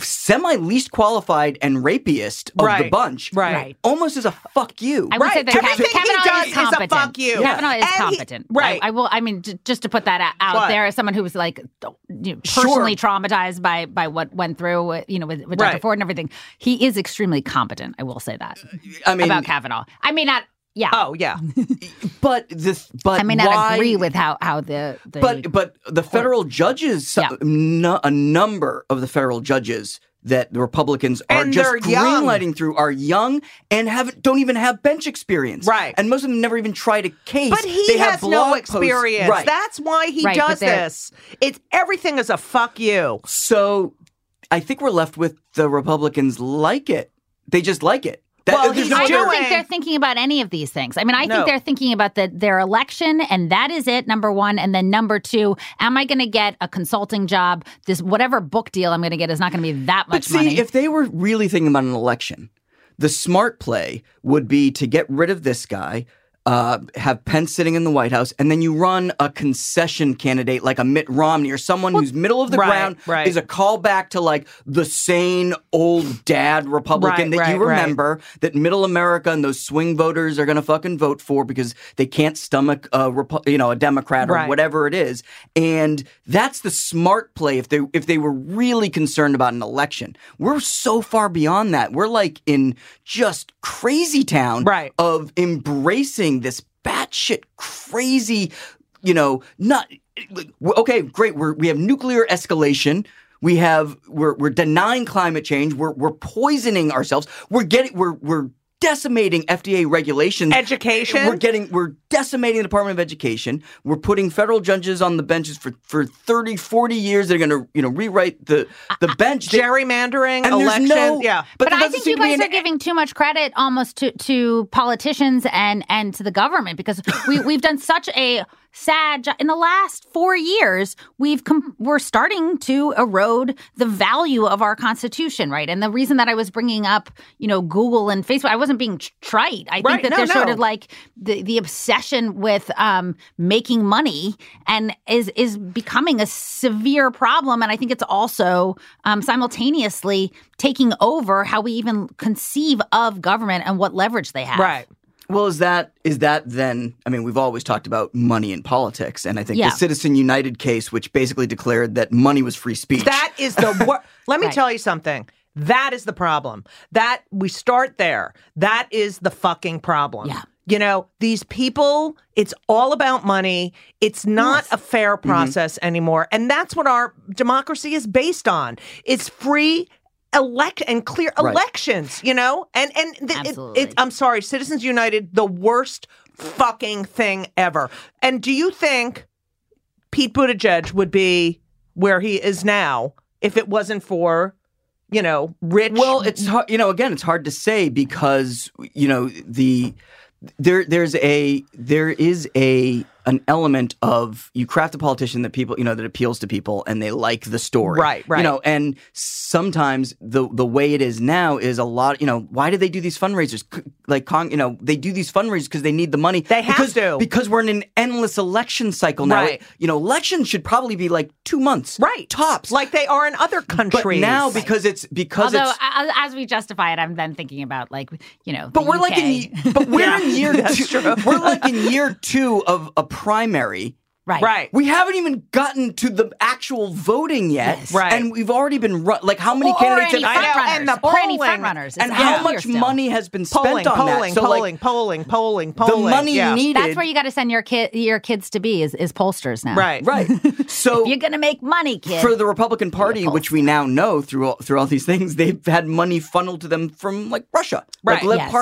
Speaker 3: semi least qualified and rapiest of the
Speaker 1: Right.
Speaker 3: bunch.
Speaker 1: Right. Right.
Speaker 3: Almost as a fuck you.
Speaker 2: I would say
Speaker 1: Right.
Speaker 2: that Kav-
Speaker 1: Everything he
Speaker 2: Kavanaugh
Speaker 1: does
Speaker 2: is
Speaker 1: is a
Speaker 2: competent.
Speaker 1: fuck you.
Speaker 2: Kavanaugh is
Speaker 1: And he-
Speaker 2: competent.
Speaker 1: right.
Speaker 2: I, I will. I mean, j- just to put that out, out
Speaker 1: What?
Speaker 2: there, as someone who was like you know,
Speaker 3: Sure.
Speaker 2: personally traumatized by by what went through, uh, you know, with, with Dr.
Speaker 1: Right.
Speaker 2: Ford and everything, he is extremely competent. I will say that
Speaker 3: I mean,
Speaker 2: about Kavanaugh. I may not. Yeah.
Speaker 1: Oh yeah.
Speaker 3: but this, but
Speaker 2: I may not
Speaker 3: why,
Speaker 2: agree with how how the, the
Speaker 3: But but the federal judges, so-
Speaker 2: Yeah.
Speaker 3: nu- a number of the federal judges that the Republicans are
Speaker 1: And
Speaker 3: just
Speaker 1: they're young.
Speaker 3: greenlighting through are young and have don't even have bench experience.
Speaker 1: Right.
Speaker 3: and most of them never even tried a
Speaker 1: [LAUGHS]
Speaker 3: case.
Speaker 1: But he
Speaker 3: They have
Speaker 1: has no
Speaker 3: blog posts.
Speaker 1: experience.
Speaker 3: Right.
Speaker 1: That's why he
Speaker 2: Right, but
Speaker 1: does
Speaker 2: they're-
Speaker 1: this. It's everything is a fuck you.
Speaker 3: So I think we're left with the Republicans like it. They just like it. That,
Speaker 1: Well,
Speaker 3: there's
Speaker 1: he's
Speaker 3: no
Speaker 2: I
Speaker 3: other-
Speaker 2: don't
Speaker 1: doing-
Speaker 2: think they're thinking about any of these things. I mean, I
Speaker 1: No.
Speaker 2: think they're thinking about the, their election, and that is it. Number one, and then number two, am I going to get a consulting job? This whatever book deal I'm going to get is not going to be that
Speaker 3: But
Speaker 2: much
Speaker 3: see,
Speaker 2: money.
Speaker 3: if they were really thinking about an election, the smart play would be to get rid of this guy, uh, have Pence sitting in the White House, and then you run a concession candidate like a Mitt Romney or someone who's middle of the
Speaker 1: right,
Speaker 3: ground
Speaker 1: right.
Speaker 3: is a callback to like the sane old dad
Speaker 1: Right,
Speaker 3: Republican that
Speaker 1: right,
Speaker 3: you
Speaker 1: right.
Speaker 3: remember that middle America and those swing voters are going to fucking vote for because they can't stomach a Repu- you know a Democrat or
Speaker 1: Right.
Speaker 3: whatever it is, and that's the smart play if they if they were really concerned about an election. We're so far beyond that. We're like in just crazy town
Speaker 1: Right.
Speaker 3: of embracing this batshit crazy, you know, not okay. Great, we're, we have nuclear escalation. We have we're we're denying climate change. We're we're poisoning ourselves. We're getting we're we're decimating FDA regulations.
Speaker 1: Education.
Speaker 3: We're getting we're decimating the Department of Education. We're putting federal judges on the benches for for 30, 40 years. They're going to you know rewrite the the bench. They-
Speaker 1: gerrymandering,
Speaker 3: and there's
Speaker 1: election.
Speaker 3: no-
Speaker 1: yeah.
Speaker 3: but,
Speaker 2: but
Speaker 3: there
Speaker 2: I
Speaker 3: doesn't
Speaker 2: think
Speaker 3: seem
Speaker 2: you
Speaker 3: to be
Speaker 2: guys
Speaker 3: an-
Speaker 2: are giving too much credit almost to, to politicians and and to the government because we
Speaker 3: [LAUGHS]
Speaker 2: we've done such a sad job in the last four years. We've com- we're starting to erode the value of our constitution, right? And the reason that I was bringing up, you know, Google and Facebook, I wasn't being tr- trite. I
Speaker 1: Right,
Speaker 2: think that
Speaker 1: no,
Speaker 2: they're sort
Speaker 1: no.
Speaker 2: of like the the obsession with um, making money and is is becoming a severe problem. And I think it's also um, simultaneously taking over how we even conceive of government and what leverage they have.
Speaker 1: Right.
Speaker 3: Well, is that is that then? I mean, we've always talked about money in politics, and I think
Speaker 2: Yeah.
Speaker 3: the Citizen United case, which basically declared that money was free speech.
Speaker 1: That is the
Speaker 2: [LAUGHS]
Speaker 1: wor- Let me
Speaker 2: Right.
Speaker 1: tell you something. That is the problem. That we start there. That is the fucking problem.
Speaker 2: Yeah.
Speaker 1: You know, these people, it's all about money. It's not a fair process anymore. And that's what our democracy is based on. It's free elect and clear elections, you know? And and th- it-
Speaker 2: Absolutely.
Speaker 1: it, I'm sorry, Citizens United the worst fucking thing ever. And do you think Pete Buttigieg would be where he is now if it wasn't for, you know, rich.
Speaker 3: Well, it's hard, you know again it's hard to say because you know the there there's a there is a an element of you craft a politician that people you know that appeals to people and they like the story
Speaker 1: Right, right.
Speaker 3: you know and sometimes the the way it is now is a lot you know why do they do these fundraisers C- like Cong you know they do these fundraisers because they need the money
Speaker 1: They have
Speaker 3: because,
Speaker 1: to.
Speaker 3: because we're in an endless election cycle now
Speaker 1: Right.
Speaker 3: you know elections should probably be like two months
Speaker 1: right
Speaker 3: tops
Speaker 1: like they are in other countries.
Speaker 3: but now because it's because
Speaker 2: Although,
Speaker 3: it's
Speaker 2: a- as we justify it, I'm then thinking about like you know.
Speaker 3: But
Speaker 2: the
Speaker 3: we're like in,
Speaker 2: [LAUGHS] UK.
Speaker 3: but we're in year
Speaker 1: that's
Speaker 3: two.
Speaker 1: true.
Speaker 3: We're like in year two of a primary.
Speaker 2: right,
Speaker 1: right,
Speaker 3: We haven't even gotten to the actual voting yet,
Speaker 2: Yes.
Speaker 1: Right.
Speaker 3: and we've already been ru- like how many
Speaker 2: Or
Speaker 3: candidates
Speaker 2: any
Speaker 3: have-
Speaker 1: I know, and
Speaker 2: frontrunners,
Speaker 1: the
Speaker 2: or any
Speaker 1: polling,
Speaker 2: frontrunners. It's
Speaker 3: and
Speaker 2: unclear
Speaker 3: how much
Speaker 2: still.
Speaker 3: money has been spent
Speaker 1: polling,
Speaker 3: on that?
Speaker 1: polling,
Speaker 3: So
Speaker 1: polling,
Speaker 3: like
Speaker 1: polling, polling,
Speaker 3: the
Speaker 1: polling.
Speaker 3: money
Speaker 1: yeah.
Speaker 3: needed,
Speaker 2: That's where you got to send your kid, your kids to be is, is pollsters now.
Speaker 1: Right,
Speaker 2: [LAUGHS]
Speaker 3: right? So
Speaker 2: If you're gonna make money, kid.
Speaker 3: for the Republican Party, which we now know through all, through all these things, they've had money funneled to them from like Russia,
Speaker 1: Right.
Speaker 3: Like Lev
Speaker 2: Yes.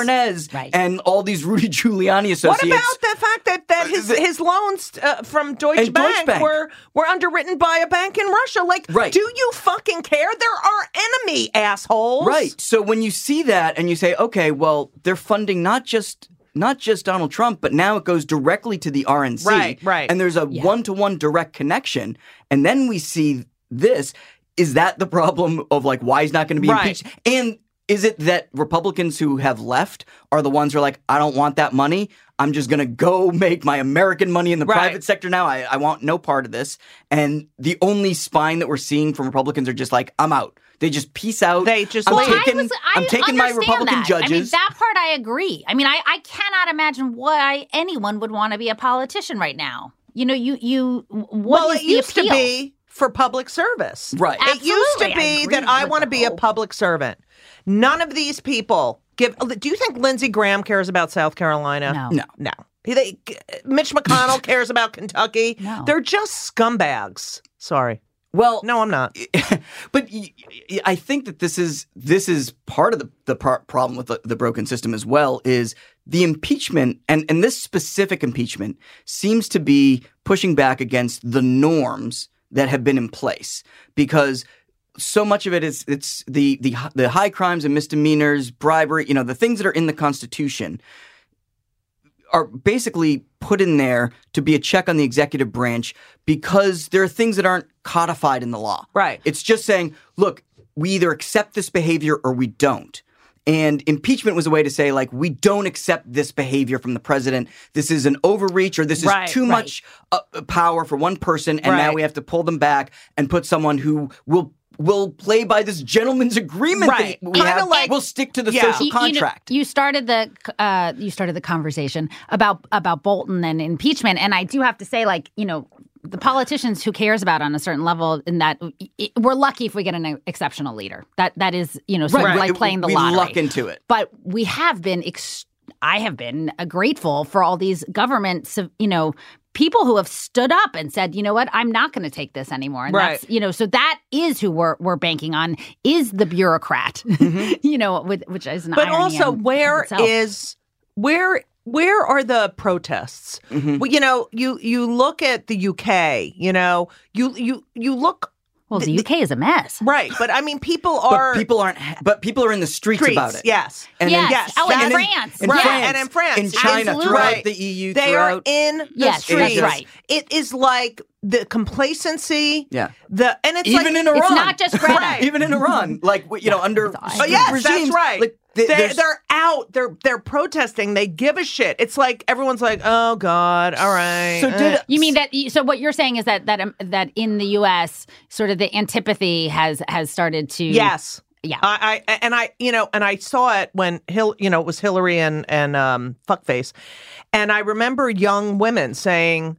Speaker 3: Parnas
Speaker 2: Right.
Speaker 3: and all these Rudy Giuliani
Speaker 1: What
Speaker 3: associates. Uh,
Speaker 1: about the fact that, that his
Speaker 3: the-
Speaker 1: his loans uh, from Deutsche Bank,
Speaker 3: And Deutsche Bank.
Speaker 1: were were underwritten by a bank in Russia? Like,
Speaker 3: Right.
Speaker 1: do you fucking care? They're our enemy, assholes.
Speaker 3: Right. So when you see that and you say, okay, well, they're funding not just not just Donald Trump, but now it goes directly to the RNC.
Speaker 1: Right, right.
Speaker 3: And there's a one to one direct connection. And then we see this. Is that the problem of like why he's not going to be
Speaker 1: Right.
Speaker 3: impeached? And is it that Republicans who have left are the ones who are like, I don't want that money. I'm just going to go make my American money in the
Speaker 1: Right.
Speaker 3: private sector now. I, I want no part of this. And the only spine that we're seeing from Republicans are just like, I'm out. They just peace out.
Speaker 1: They just
Speaker 3: I'm
Speaker 1: leave.
Speaker 2: Well,
Speaker 3: taking,
Speaker 2: I was, I
Speaker 3: am taking my
Speaker 2: understand
Speaker 3: Republican
Speaker 2: that.
Speaker 3: judges.
Speaker 2: I mean, that part I agree. I mean, I, I cannot imagine why anyone would want to be a politician right now. You know, you you what
Speaker 1: Well,
Speaker 2: is
Speaker 1: it
Speaker 2: the
Speaker 1: used
Speaker 2: appeal?
Speaker 1: to be for public service.
Speaker 3: Right.
Speaker 1: It used to
Speaker 2: Absolutely, I
Speaker 1: be
Speaker 2: agree
Speaker 1: that I
Speaker 2: with
Speaker 1: want to
Speaker 2: the
Speaker 1: be a
Speaker 2: whole-
Speaker 1: public servant. None of these people give. oh, Do you think Lindsey Graham cares about South Carolina?
Speaker 2: No.
Speaker 3: No.
Speaker 1: No. He- they- Mitch
Speaker 2: [LAUGHS]
Speaker 1: McConnell cares about Kentucky.
Speaker 2: No.
Speaker 1: They're just scumbags. Sorry.
Speaker 3: well,
Speaker 1: No, I'm not.
Speaker 3: [LAUGHS] but y- y- I think that this is this is part of the the par- problem with the, the broken system as well is the impeachment and and this specific impeachment seems to be pushing back against the norms that have been in place because so much of it is it's the the hi- the high crimes and misdemeanors, bribery, you know, the things that are in the Constitution are basically put in there to be a check on the executive branch because there are things that aren't codified in the law.
Speaker 1: Right.
Speaker 3: It's just saying, look, we either accept this behavior or we don't. And impeachment was a way to say, like, we don't accept this behavior from the president. This is an overreach or this is
Speaker 1: Right,
Speaker 3: too
Speaker 1: right.
Speaker 3: much uh, uh, power for one person. And now
Speaker 1: Right.
Speaker 3: we have to pull them back and put someone who will will play by this gentleman's agreement
Speaker 1: Right.
Speaker 3: that we
Speaker 1: Kinda
Speaker 3: have.
Speaker 1: like-
Speaker 3: we'll stick to the
Speaker 1: Yeah.
Speaker 2: You-
Speaker 3: social
Speaker 2: you know,
Speaker 3: contract.
Speaker 2: You, started the uh, you started the conversation about about Bolton and impeachment, and I do have to say, like you know, the politicians who cares about on a certain level, in that it, we're lucky if we get an exceptional leader. That that is you know sort of like playing the
Speaker 3: we
Speaker 2: lottery.
Speaker 3: luck into it.
Speaker 2: but we have been ex- i have been uh, grateful for all these governments you know people who have stood up and said you know what i'm not going to take this anymore and
Speaker 1: Right.
Speaker 2: that's you know so that is who we're we're banking on is the bureaucrat [LAUGHS] you know with, which is an
Speaker 1: Mm-hmm. But
Speaker 2: irony
Speaker 1: also,
Speaker 2: in- in
Speaker 1: where
Speaker 2: itself.
Speaker 1: is where where are the protests?
Speaker 3: Mm-hmm.
Speaker 1: Well, you know, you you look at the UK. You know, you you you look
Speaker 2: well the uk is a mess
Speaker 1: right, but I mean, people are
Speaker 3: But people aren't. ha- But people are in the streets,
Speaker 1: streets,
Speaker 3: about it.
Speaker 1: Yes.
Speaker 3: And
Speaker 2: yes.
Speaker 1: yes,
Speaker 2: oh
Speaker 1: that-
Speaker 2: in
Speaker 1: and in-
Speaker 2: france
Speaker 3: in
Speaker 1: right.
Speaker 3: France,
Speaker 1: and in France,
Speaker 3: in China,
Speaker 2: Absolutely.
Speaker 3: throughout
Speaker 1: Right.
Speaker 3: the EU,
Speaker 1: They are
Speaker 3: throughout
Speaker 1: in the
Speaker 2: Yes, that's
Speaker 1: streets.
Speaker 2: right.
Speaker 1: It is like the complacency.
Speaker 3: Yeah.
Speaker 1: The and it's like,
Speaker 3: even in Iran,
Speaker 2: it's not just Greta.
Speaker 1: Right.
Speaker 3: even
Speaker 2: [LAUGHS]
Speaker 3: in Iran, like we- you know, under
Speaker 1: Oh,
Speaker 3: strict
Speaker 1: yes,
Speaker 3: regimes,
Speaker 1: that's right.
Speaker 3: Like
Speaker 1: they,
Speaker 3: th-
Speaker 1: they're,
Speaker 3: there's-
Speaker 1: they're out. They're they're protesting. They give a shit. It's like everyone's like, oh god, all right.
Speaker 3: so
Speaker 1: uh."
Speaker 3: did
Speaker 2: You mean that? So what you're saying is that that um, that in the U.S., sort of the antipathy has has started to
Speaker 1: yes,
Speaker 2: yeah.
Speaker 1: I, I and I you know and I saw it when Hill you know it was Hillary and and um fuckface, and I remember young women saying.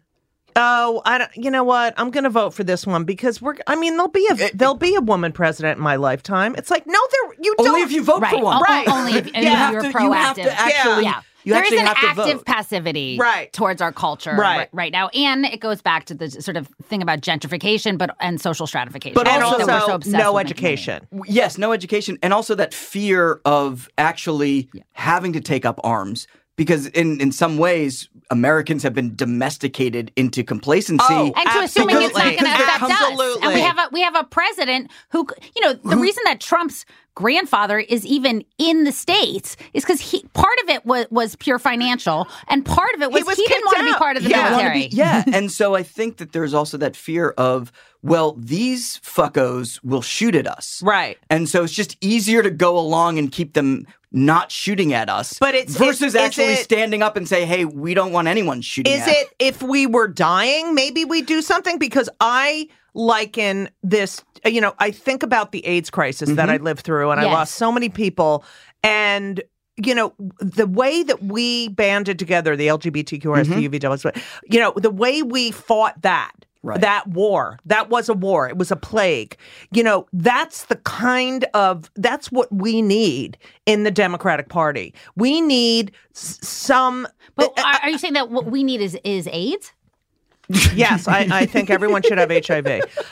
Speaker 1: Oh, I don't. You know what? I'm going to vote for this one because we're. I mean, there'll be a there'll be a woman president in my lifetime. It's like no, there you don't.
Speaker 3: Only if you vote
Speaker 2: Right. Oh,
Speaker 3: for one.
Speaker 2: O- o- Only if, if
Speaker 3: You have
Speaker 2: you're
Speaker 3: to-
Speaker 2: proactive.
Speaker 3: you have to actually-
Speaker 2: yeah.
Speaker 3: you
Speaker 2: there is
Speaker 3: actually
Speaker 2: an
Speaker 3: have to
Speaker 2: active
Speaker 3: vote.
Speaker 2: passivity
Speaker 1: Right.
Speaker 2: towards our culture
Speaker 1: Right.
Speaker 2: ri- right now, and it goes back to the sort of thing about gentrification, but and social stratification.
Speaker 1: But
Speaker 2: that
Speaker 1: also,
Speaker 2: we're so obsessed
Speaker 1: no
Speaker 2: with making.
Speaker 1: education.
Speaker 2: oh.
Speaker 3: Yes, no education, and also that fear of actually having to take up arms. Because in, in some ways, Americans have been domesticated into complacency.
Speaker 1: Oh,
Speaker 2: and to assuming it's not
Speaker 1: Absolutely.
Speaker 2: going to
Speaker 1: Because it
Speaker 2: affect
Speaker 1: comes-
Speaker 2: us. And we
Speaker 1: Absolutely.
Speaker 2: have a we have a president who, c- you know, the reason that Trump's grandfather is even in the states is because he part of it was was pure financial, and part of it was he,
Speaker 1: was
Speaker 2: didn't
Speaker 1: kicked
Speaker 2: want to be
Speaker 1: out.
Speaker 2: part of the
Speaker 1: Yeah.
Speaker 3: wanna
Speaker 2: military. [LAUGHS]
Speaker 3: be- yeah. and so I think that there's also that fear of, well, these fuckos will shoot at us.
Speaker 1: Right.
Speaker 3: And so it's just easier to go along and keep them not shooting at us.
Speaker 1: But it's-
Speaker 3: versus
Speaker 1: is- is
Speaker 3: actually
Speaker 1: it-
Speaker 3: standing up and say, hey, we don't want anyone shooting
Speaker 1: Is
Speaker 3: at us.
Speaker 1: it if we were dying, maybe we do something? Because I liken this, you know, I think about the AIDS crisis
Speaker 3: Mm-hmm.
Speaker 1: that I lived through and I
Speaker 2: Yes.
Speaker 1: lost so many people. And, you know, the way that we banded together, the LGBTQRS,
Speaker 3: Mm-hmm.
Speaker 1: the UVWs, you know, the way we fought that.
Speaker 3: Right.
Speaker 1: That war. That was a war. It was a plague. You know, that's the kind of, that's what we need in the Democratic Party. We need s- some.
Speaker 2: But
Speaker 1: uh,
Speaker 2: are, are you saying that what we need is is AIDS?
Speaker 1: Yes, I, I think everyone should have HIV.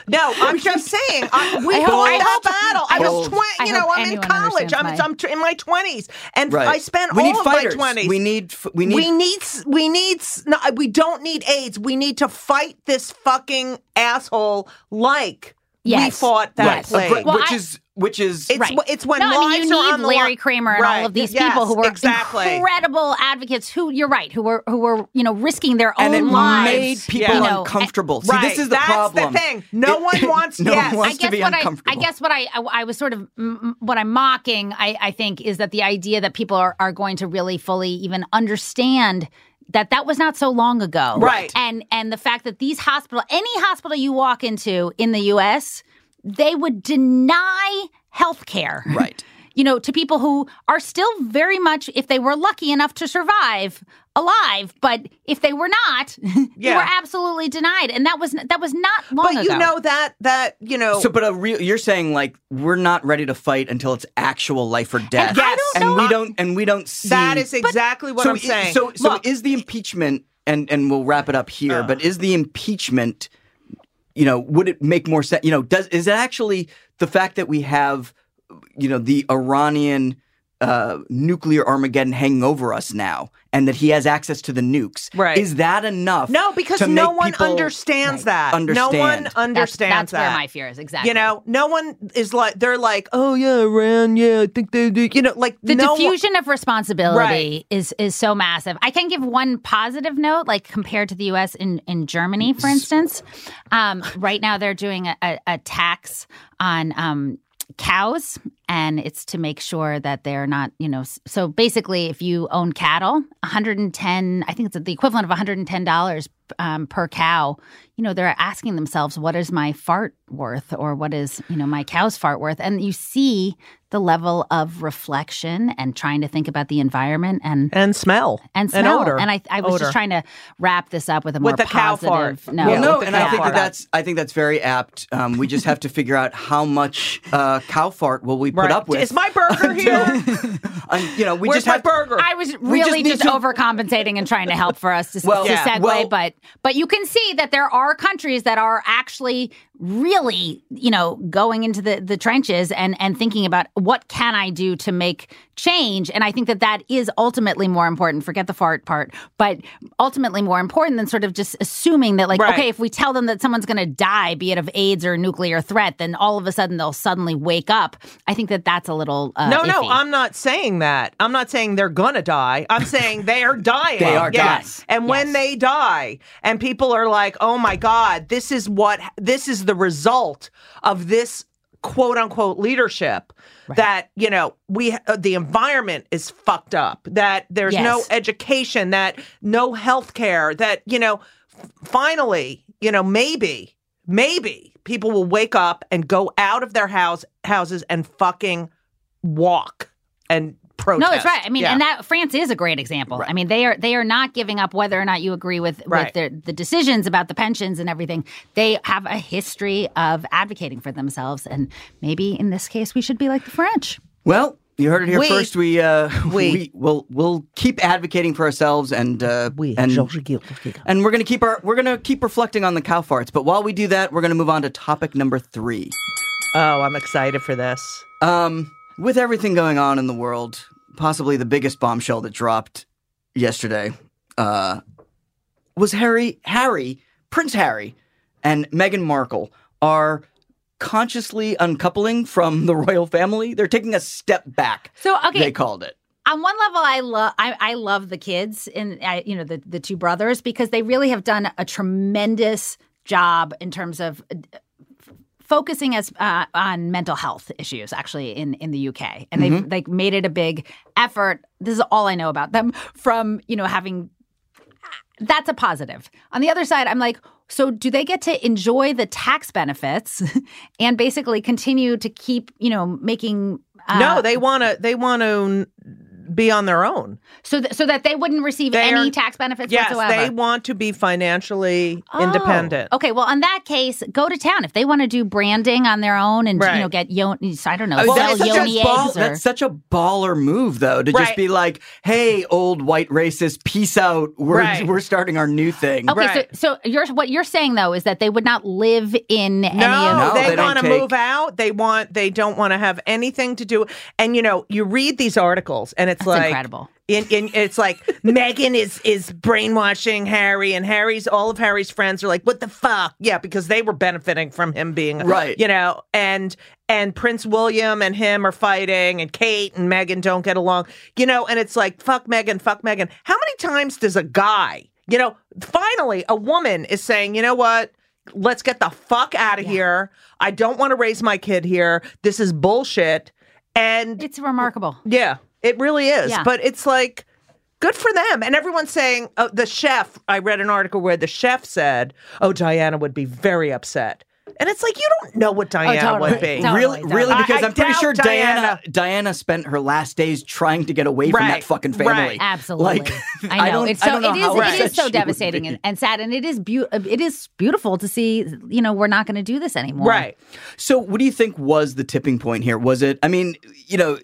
Speaker 1: No, I'm just saying I, we fought
Speaker 2: I hope- I
Speaker 1: that
Speaker 2: hope-
Speaker 1: battle. I was
Speaker 3: Bold.
Speaker 1: twenty. You know,
Speaker 2: I hope
Speaker 1: I'm in
Speaker 2: anyone
Speaker 1: college.
Speaker 2: understands
Speaker 1: I'm,
Speaker 2: my-
Speaker 1: I'm tr- in my twenties, and
Speaker 3: Right.
Speaker 1: I spent
Speaker 3: we
Speaker 1: all
Speaker 3: need
Speaker 1: of
Speaker 3: fighters.
Speaker 1: my twenties.
Speaker 3: We need, f- we need
Speaker 1: We need. s- We need. s- No, we don't need AIDS. We need to fight this fucking asshole like we
Speaker 2: Yes.
Speaker 1: fought that
Speaker 3: Right.
Speaker 1: plague.
Speaker 3: Right,
Speaker 2: Well,
Speaker 3: which
Speaker 2: I-
Speaker 3: is which is
Speaker 1: It's,
Speaker 2: Right.
Speaker 1: wh- it's when
Speaker 2: no, I mean,
Speaker 1: lives
Speaker 2: you
Speaker 1: are
Speaker 2: need
Speaker 1: on the
Speaker 2: Larry
Speaker 1: li-
Speaker 2: Kramer and all
Speaker 1: Right.
Speaker 2: of these
Speaker 1: Yes,
Speaker 2: people who were
Speaker 1: exactly.
Speaker 2: incredible advocates who you're right who were who were you know risking their
Speaker 3: and it
Speaker 2: own lives
Speaker 3: made people
Speaker 2: you know,
Speaker 3: uncomfortable. See,
Speaker 1: Right.
Speaker 3: this is the
Speaker 1: That's the
Speaker 3: problem.
Speaker 1: thing. No one
Speaker 3: [LAUGHS]
Speaker 1: wants-
Speaker 3: no
Speaker 1: yes.
Speaker 3: one wants
Speaker 2: I guess
Speaker 3: to be
Speaker 2: what I, I
Speaker 3: uncomfortable.
Speaker 2: guess what I, I, I was sort of m- m- what I'm mocking. I, I think is that the idea that people are, are going to really fully even understand that that was not so long ago,
Speaker 1: Right.
Speaker 2: And and the fact that these hospital, any hospital you walk into in the U.S., they would deny health care,
Speaker 3: Right.
Speaker 2: [LAUGHS] You know, to people who are still very much, if they were lucky enough to survive, alive. But if they were not, [LAUGHS] they
Speaker 1: Yeah.
Speaker 2: were absolutely denied, and that was that was not long
Speaker 1: But
Speaker 2: ago.
Speaker 1: you know that that you know.
Speaker 3: So, but a real, you're saying like we're not ready to fight until it's actual life or death,
Speaker 2: I don't
Speaker 3: and
Speaker 2: know-
Speaker 3: we don't, and we don't see
Speaker 1: that is exactly what
Speaker 3: so
Speaker 1: I'm
Speaker 3: i-
Speaker 1: saying.
Speaker 3: So, so
Speaker 1: Look, Uh.
Speaker 3: is the impeachment, and and we'll wrap it up here. but is the impeachment, you know, would it make more sense? You know, does is it actually the fact that we have, you know, the Iranian uh, nuclear Armageddon hanging over us now, and that he has access to the nukes?
Speaker 1: Right.
Speaker 3: Is that enough?
Speaker 1: No, because
Speaker 3: to
Speaker 1: no
Speaker 3: make
Speaker 1: one
Speaker 3: people-
Speaker 1: understands that. No one
Speaker 3: understand.
Speaker 2: That's-
Speaker 1: understands
Speaker 2: that's,
Speaker 1: that.
Speaker 2: where my fear is exactly.
Speaker 1: you know, no one is like they're like, oh yeah, Iran, yeah, I think they do. You know, like
Speaker 2: the
Speaker 1: no one-
Speaker 2: diffusion of responsibility
Speaker 1: Right.
Speaker 2: is is so massive. I can give one positive note, like compared to the U.S. in in Germany, for instance. Um, right now, they're doing a, a, a tax on. Um, cows and it's to make sure that they're not you know s- so basically if you own cattle 110 i think it's the equivalent of 110 dollars um, per cow you know they're asking themselves what is my fart worth or what is you know my cow's fart worth and you see the level of reflection and trying to think about the environment and
Speaker 1: and smell
Speaker 2: and smell.
Speaker 1: odor
Speaker 2: I, I was
Speaker 1: Odor.
Speaker 2: just trying to wrap this up with a more
Speaker 1: With the cow
Speaker 2: positive.
Speaker 1: fart.
Speaker 2: No,
Speaker 1: Yeah,
Speaker 3: Well, no,
Speaker 1: with the
Speaker 3: and I
Speaker 1: cow
Speaker 3: think that
Speaker 1: fart.
Speaker 3: that's I think that's very apt. Um, we just have to figure out how much uh, cow fart will we put
Speaker 1: Right.
Speaker 3: up with.
Speaker 1: Is my burger
Speaker 3: [LAUGHS] until-
Speaker 1: here?
Speaker 3: un- you know, we
Speaker 1: Where's
Speaker 3: just
Speaker 1: my
Speaker 3: have
Speaker 1: burger?
Speaker 2: I was
Speaker 3: We just
Speaker 2: really
Speaker 3: need
Speaker 2: just,
Speaker 3: to-
Speaker 2: overcompensating and trying to help for us to,
Speaker 3: [LAUGHS] Well,
Speaker 2: to
Speaker 3: yeah,
Speaker 2: segue,
Speaker 3: well-
Speaker 2: but but you can see that there are countries that are actually really, you know, going into the, the trenches and and thinking about what can I do to make change, and I think that that is ultimately more important. Forget the fart part, but ultimately more important than sort of just assuming that like
Speaker 1: Right.
Speaker 2: okay, if we tell them that someone's going to die, be it of AIDS or nuclear threat, then all of a sudden they'll suddenly wake up. I think that that's a little uh,
Speaker 1: no, no,
Speaker 2: iffy.
Speaker 1: I'm not saying that. I'm not saying they're gonna die. I'm saying they are [LAUGHS] dying.
Speaker 3: They are
Speaker 1: yes. And when they die, and people are like, "Oh my God, this is what this is the result of this quote unquote leadership." That you know, we uh, the environment is fucked up. That there's no
Speaker 2: Yes.
Speaker 1: education. That no health care. That you know, f- finally, you know, maybe. maybe people will wake up and go out of their house houses and fucking walk and protest.
Speaker 2: No, it's right. I mean,
Speaker 1: Yeah.
Speaker 2: and that France is a great example. I mean, they are they are not giving up whether or not you agree with
Speaker 1: Right.
Speaker 2: with their, the decisions about the pensions and everything. They have a history of advocating for themselves, and maybe in this case, we should be like the French.
Speaker 3: Well, you heard it here
Speaker 1: We-
Speaker 3: first. We uh, [LAUGHS]
Speaker 1: we-
Speaker 3: we, will we'll keep advocating for ourselves, and uh,
Speaker 1: We-
Speaker 3: and
Speaker 1: Georges Guillaume.
Speaker 3: and we're gonna keep our we're gonna keep reflecting on the cow farts. But while we do that, we're gonna move on to topic number three.
Speaker 1: Oh, I'm excited for this.
Speaker 3: Um, with everything going on in the world, possibly the biggest bombshell that dropped yesterday uh, was Harry, Harry, Prince Harry, and Meghan Markle are consciously uncoupling from the royal family. They're taking a step back.
Speaker 2: So okay,
Speaker 3: They called it.
Speaker 2: on one level i love I, I love the kids and I, you know the, the two brothers because they really have done a tremendous job in terms of uh, f- focusing as uh, on mental health issues actually in in the uk and they've like made it a big effort this is all i know about them from you know having uh, that's a positive. On the other side, I'm like, so do they get to enjoy the tax benefits [LAUGHS] and basically continue to keep, you know, making uh,
Speaker 1: no, they want to they want to be on their own.
Speaker 2: so, th- so that they wouldn't receive
Speaker 1: They
Speaker 2: any
Speaker 1: are-
Speaker 2: tax benefits
Speaker 1: Yes,
Speaker 2: whatsoever.
Speaker 1: they want to be financially
Speaker 2: Oh.
Speaker 1: independent.
Speaker 2: Okay, well, in that case, go to town if they want to do branding on their own and
Speaker 1: Right.
Speaker 2: you know get yoni. I don't know,
Speaker 3: I mean,
Speaker 2: sell
Speaker 3: that's, such
Speaker 2: yoni
Speaker 3: a ball-
Speaker 2: eggs or
Speaker 3: that's such a baller move, though, to
Speaker 1: Right.
Speaker 3: just be like, "Hey, old white racist, peace out. We're
Speaker 1: Right.
Speaker 3: we're starting our new thing."
Speaker 2: okay.
Speaker 1: Right.
Speaker 2: So, so you're what you're saying though is that they would not live in any of
Speaker 1: No,
Speaker 3: No,
Speaker 1: they,
Speaker 3: they don't
Speaker 1: want to
Speaker 3: take-
Speaker 1: move out. They want they don't want to have anything to do. And you know, you read these articles and it's
Speaker 2: That's
Speaker 1: like
Speaker 2: incredible.
Speaker 1: In, in, it's like [LAUGHS] Megan is is brainwashing Harry, and Harry's all of Harry's friends are like, "What the fuck?" Yeah, because they were benefiting from him being
Speaker 3: Right.
Speaker 1: you know, and and Prince William and him are fighting, and Kate and Megan don't get along, you know, and it's like fuck Megan, fuck Megan. How many times does a guy, you know, finally a woman is saying, you know what? Let's get the fuck out of here. I don't want to raise my kid here. This is bullshit. And
Speaker 2: it's remarkable.
Speaker 1: yeah, it really is.
Speaker 2: Yeah.
Speaker 1: But it's like good for them. And everyone's saying uh, the chef. I read an article where the chef said, "Oh, Diana would be very upset." And it's like you don't know what Diana
Speaker 2: Oh, totally.
Speaker 1: would be.
Speaker 2: Totally.
Speaker 3: Really, really,
Speaker 1: I-
Speaker 3: because
Speaker 1: I
Speaker 3: I, am pretty
Speaker 1: doubt
Speaker 3: sure Diana,
Speaker 1: Diana-
Speaker 3: Diana spent her last days trying to get away from
Speaker 1: Right,
Speaker 3: that fucking family.
Speaker 1: right.
Speaker 2: Absolutely,
Speaker 3: [LAUGHS] Like,
Speaker 2: I know.
Speaker 3: don't,
Speaker 2: it's
Speaker 3: I
Speaker 2: so
Speaker 3: don't know
Speaker 2: it
Speaker 3: how
Speaker 2: is it
Speaker 3: upset
Speaker 2: is so
Speaker 3: she would
Speaker 2: devastating
Speaker 3: be.
Speaker 2: and, and sad, and it is beau- it is beautiful to see. You know, we're not going to do this anymore.
Speaker 1: Right.
Speaker 3: So, what do you think was the tipping point here? Was it? I mean, you know,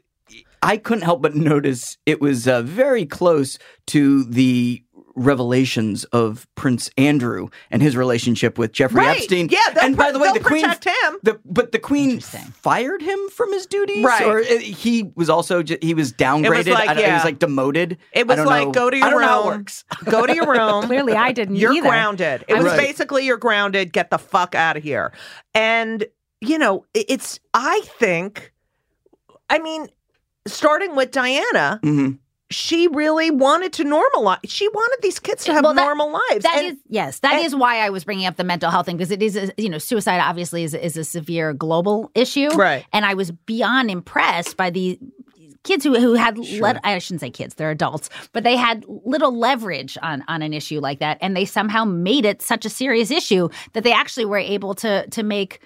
Speaker 3: I couldn't help but notice it was uh, very close to the revelations of Prince Andrew and his relationship with Jeffrey
Speaker 1: Right.
Speaker 3: Epstein.
Speaker 1: Yeah, they'll
Speaker 3: and by the way,
Speaker 1: pr-
Speaker 3: the
Speaker 1: they'll
Speaker 3: Queen
Speaker 1: protect him.
Speaker 3: The, but the Queen
Speaker 2: Interesting.
Speaker 3: fired him from his duties,
Speaker 1: Right.
Speaker 3: Or uh, he was also ju- he was downgraded.
Speaker 1: like,
Speaker 3: I don't- He
Speaker 1: yeah.
Speaker 3: was like demoted.
Speaker 1: It was
Speaker 3: I don't
Speaker 1: like
Speaker 3: know-
Speaker 1: go to your
Speaker 3: I don't
Speaker 1: room.
Speaker 3: know how it works.
Speaker 1: [LAUGHS] Go to your room.
Speaker 2: Clearly, I didn't
Speaker 1: You're
Speaker 2: either.
Speaker 1: grounded. It was
Speaker 3: Right.
Speaker 1: basically you're grounded. Get the fuck out of here. And you know, i- it's I think, I mean, starting with Diana,
Speaker 3: Mhm.
Speaker 1: she really wanted to normalize. She wanted these kids to have
Speaker 2: Well, that-
Speaker 1: normal lives.
Speaker 2: That
Speaker 1: And-
Speaker 2: is yes. That is
Speaker 1: and-
Speaker 2: why I was bringing up the mental health thing because it is a, you know suicide obviously is is a severe global issue.
Speaker 1: Right.
Speaker 2: And I was beyond impressed by the kids who who had let I shouldn't say kids they're adults but they had little leverage on on an issue like that and they somehow made it such a serious issue that they actually were able to to make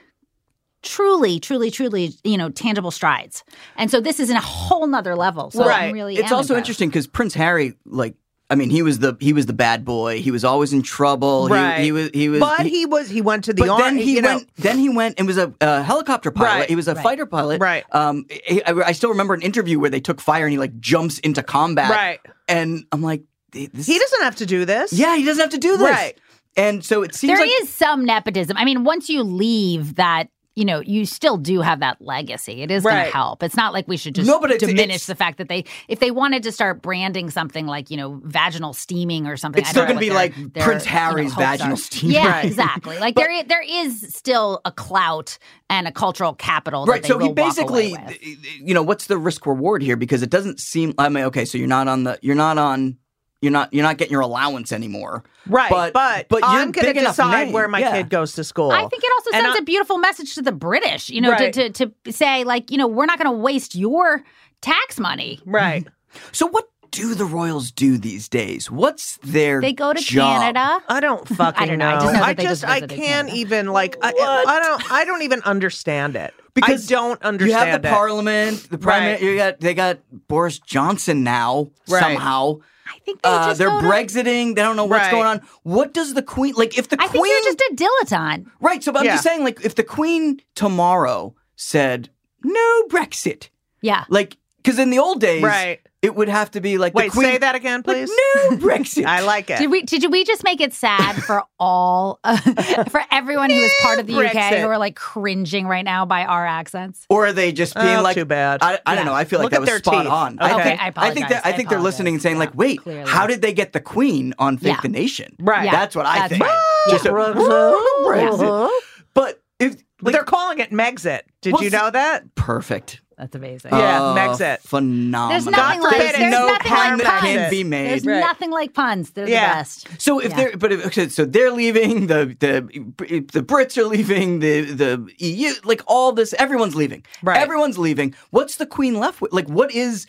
Speaker 2: truly truly truly you know tangible strides and so this is in a whole nother level so
Speaker 1: Right.
Speaker 2: I'm really
Speaker 3: it's
Speaker 2: am
Speaker 3: also
Speaker 2: impressed.
Speaker 3: interesting because Prince Harry, like, I mean, he was the he was the bad boy. He was always in trouble. He-
Speaker 1: Right.
Speaker 3: He, was he was.
Speaker 1: but he was he went to the
Speaker 3: but
Speaker 1: army.
Speaker 3: then he
Speaker 1: you know.
Speaker 3: went. Then he went and was a, a helicopter pilot.
Speaker 1: Right.
Speaker 3: He was a fighter pilot.
Speaker 1: Right.
Speaker 3: Um. I, I- I still remember an interview where they took fire and he like jumps into combat.
Speaker 1: Right.
Speaker 3: And I'm like, this,
Speaker 1: He doesn't have to do this.
Speaker 3: Yeah, he doesn't have to do this.
Speaker 1: Right.
Speaker 3: And so it seems
Speaker 2: There is
Speaker 3: like
Speaker 2: some nepotism. I mean, once you leave that, you know, you still do have that legacy. It is going
Speaker 1: Right.
Speaker 2: to help. It's not like we should just
Speaker 3: No, but it's-
Speaker 2: diminish
Speaker 3: it's-
Speaker 2: the fact that they, if they wanted to start branding something like, you know, vaginal steaming or something,
Speaker 3: It's
Speaker 2: I don't
Speaker 3: still
Speaker 2: know
Speaker 3: gonna
Speaker 2: what
Speaker 3: be
Speaker 2: their-
Speaker 3: like
Speaker 2: their,
Speaker 3: Prince
Speaker 2: you know,
Speaker 3: Harry's
Speaker 2: hopes
Speaker 3: vaginal
Speaker 2: are.
Speaker 3: steaming. [LAUGHS]
Speaker 2: Yeah,
Speaker 3: Right.
Speaker 2: exactly. Like there, i- there is still a clout and a cultural capital. That
Speaker 3: Right.
Speaker 2: they
Speaker 3: So he
Speaker 2: will walk away
Speaker 3: basically,
Speaker 2: with.
Speaker 3: you know, what's the risk reward here? Because it doesn't seem. I mean, okay, so you're not on the. You're not on. You're not. You're not getting your allowance anymore.
Speaker 1: Right. But
Speaker 3: But
Speaker 1: but,
Speaker 3: you're
Speaker 1: I'm going
Speaker 3: big
Speaker 1: to
Speaker 3: enough
Speaker 1: decide
Speaker 3: name.
Speaker 1: where my
Speaker 3: Yeah.
Speaker 1: kid goes to school.
Speaker 2: I think it also
Speaker 1: And
Speaker 2: sends
Speaker 1: I-
Speaker 2: a beautiful message to the British, you know,
Speaker 1: Right.
Speaker 2: to, to to say like, you know, we're not going to waste your tax money.
Speaker 1: [LAUGHS] right.
Speaker 3: So what do the royals do these days? What's their
Speaker 2: They go to
Speaker 3: job?
Speaker 2: Canada.
Speaker 1: I don't fucking
Speaker 2: [LAUGHS] I don't know. I just know that they just
Speaker 1: I
Speaker 2: visited
Speaker 1: can't
Speaker 2: Canada.
Speaker 1: even like. I, I don't. I don't even understand it
Speaker 3: Because
Speaker 1: I don't
Speaker 3: You
Speaker 1: understand
Speaker 3: have the
Speaker 1: it.
Speaker 3: parliament, the prime.
Speaker 1: Right.
Speaker 3: You got they got Boris Johnson now
Speaker 1: Right.
Speaker 3: somehow.
Speaker 2: I think they
Speaker 3: Uh,
Speaker 2: just
Speaker 3: they're
Speaker 2: go to-
Speaker 3: brexiting. They don't know what's
Speaker 1: Right.
Speaker 3: going on. What does the queen like? If the
Speaker 2: I
Speaker 3: queen
Speaker 2: think you're just a dilettante.
Speaker 3: Right. So but I'm
Speaker 1: Yeah.
Speaker 3: just saying, like, if the Queen tomorrow said no Brexit,
Speaker 2: Yeah.
Speaker 3: like, because in the old days,
Speaker 1: Right.
Speaker 3: it would have to be like, the
Speaker 1: Wait,
Speaker 3: Queen,
Speaker 1: say that again,
Speaker 3: like,
Speaker 1: please. [LAUGHS]
Speaker 3: no Brexit.
Speaker 1: I like it.
Speaker 2: Did we did we just make it sad for all
Speaker 1: [LAUGHS]
Speaker 2: for everyone who is part of the UK
Speaker 1: Brexit.
Speaker 2: who are like cringing right now by our accents?
Speaker 3: or are they just being
Speaker 1: Oh,
Speaker 3: like,
Speaker 1: too bad.
Speaker 3: I, I don't
Speaker 2: Yeah.
Speaker 3: know. I feel like
Speaker 1: Look
Speaker 3: that
Speaker 1: at
Speaker 3: was
Speaker 1: their
Speaker 3: spot
Speaker 1: teeth.
Speaker 3: on.
Speaker 1: Okay.
Speaker 2: Okay, I
Speaker 3: I think
Speaker 2: apologize.
Speaker 3: that I think they're
Speaker 2: apologize.
Speaker 3: listening and saying like, wait,
Speaker 2: Clearly.
Speaker 3: how did they get the Queen on Fake
Speaker 2: Yeah.
Speaker 3: the Nation?
Speaker 1: Right. Yeah.
Speaker 3: That's what I
Speaker 2: That's
Speaker 3: think.
Speaker 2: right.
Speaker 3: Just a- [LAUGHS]
Speaker 1: Uh-huh.
Speaker 3: But if
Speaker 1: But they're calling it Megxit. Did
Speaker 3: Well,
Speaker 1: you know that?
Speaker 3: perfect,
Speaker 2: That's amazing.
Speaker 1: Yeah,
Speaker 3: Uh,
Speaker 1: Brexit.
Speaker 3: phenomenal.
Speaker 2: There's nothing
Speaker 1: God
Speaker 2: like
Speaker 1: forbid
Speaker 2: there's
Speaker 1: no
Speaker 2: nothing
Speaker 3: pun
Speaker 2: like
Speaker 3: that
Speaker 2: puns.
Speaker 3: can be made.
Speaker 2: There's
Speaker 1: Right.
Speaker 2: nothing like puns. They're
Speaker 1: Yeah.
Speaker 2: the best.
Speaker 3: So if
Speaker 2: Yeah.
Speaker 3: they're but if, okay, so they're leaving the the the Brits are leaving the the EU like all this everyone's leaving
Speaker 1: Right.
Speaker 3: everyone's leaving. What's the Queen left with? Like what is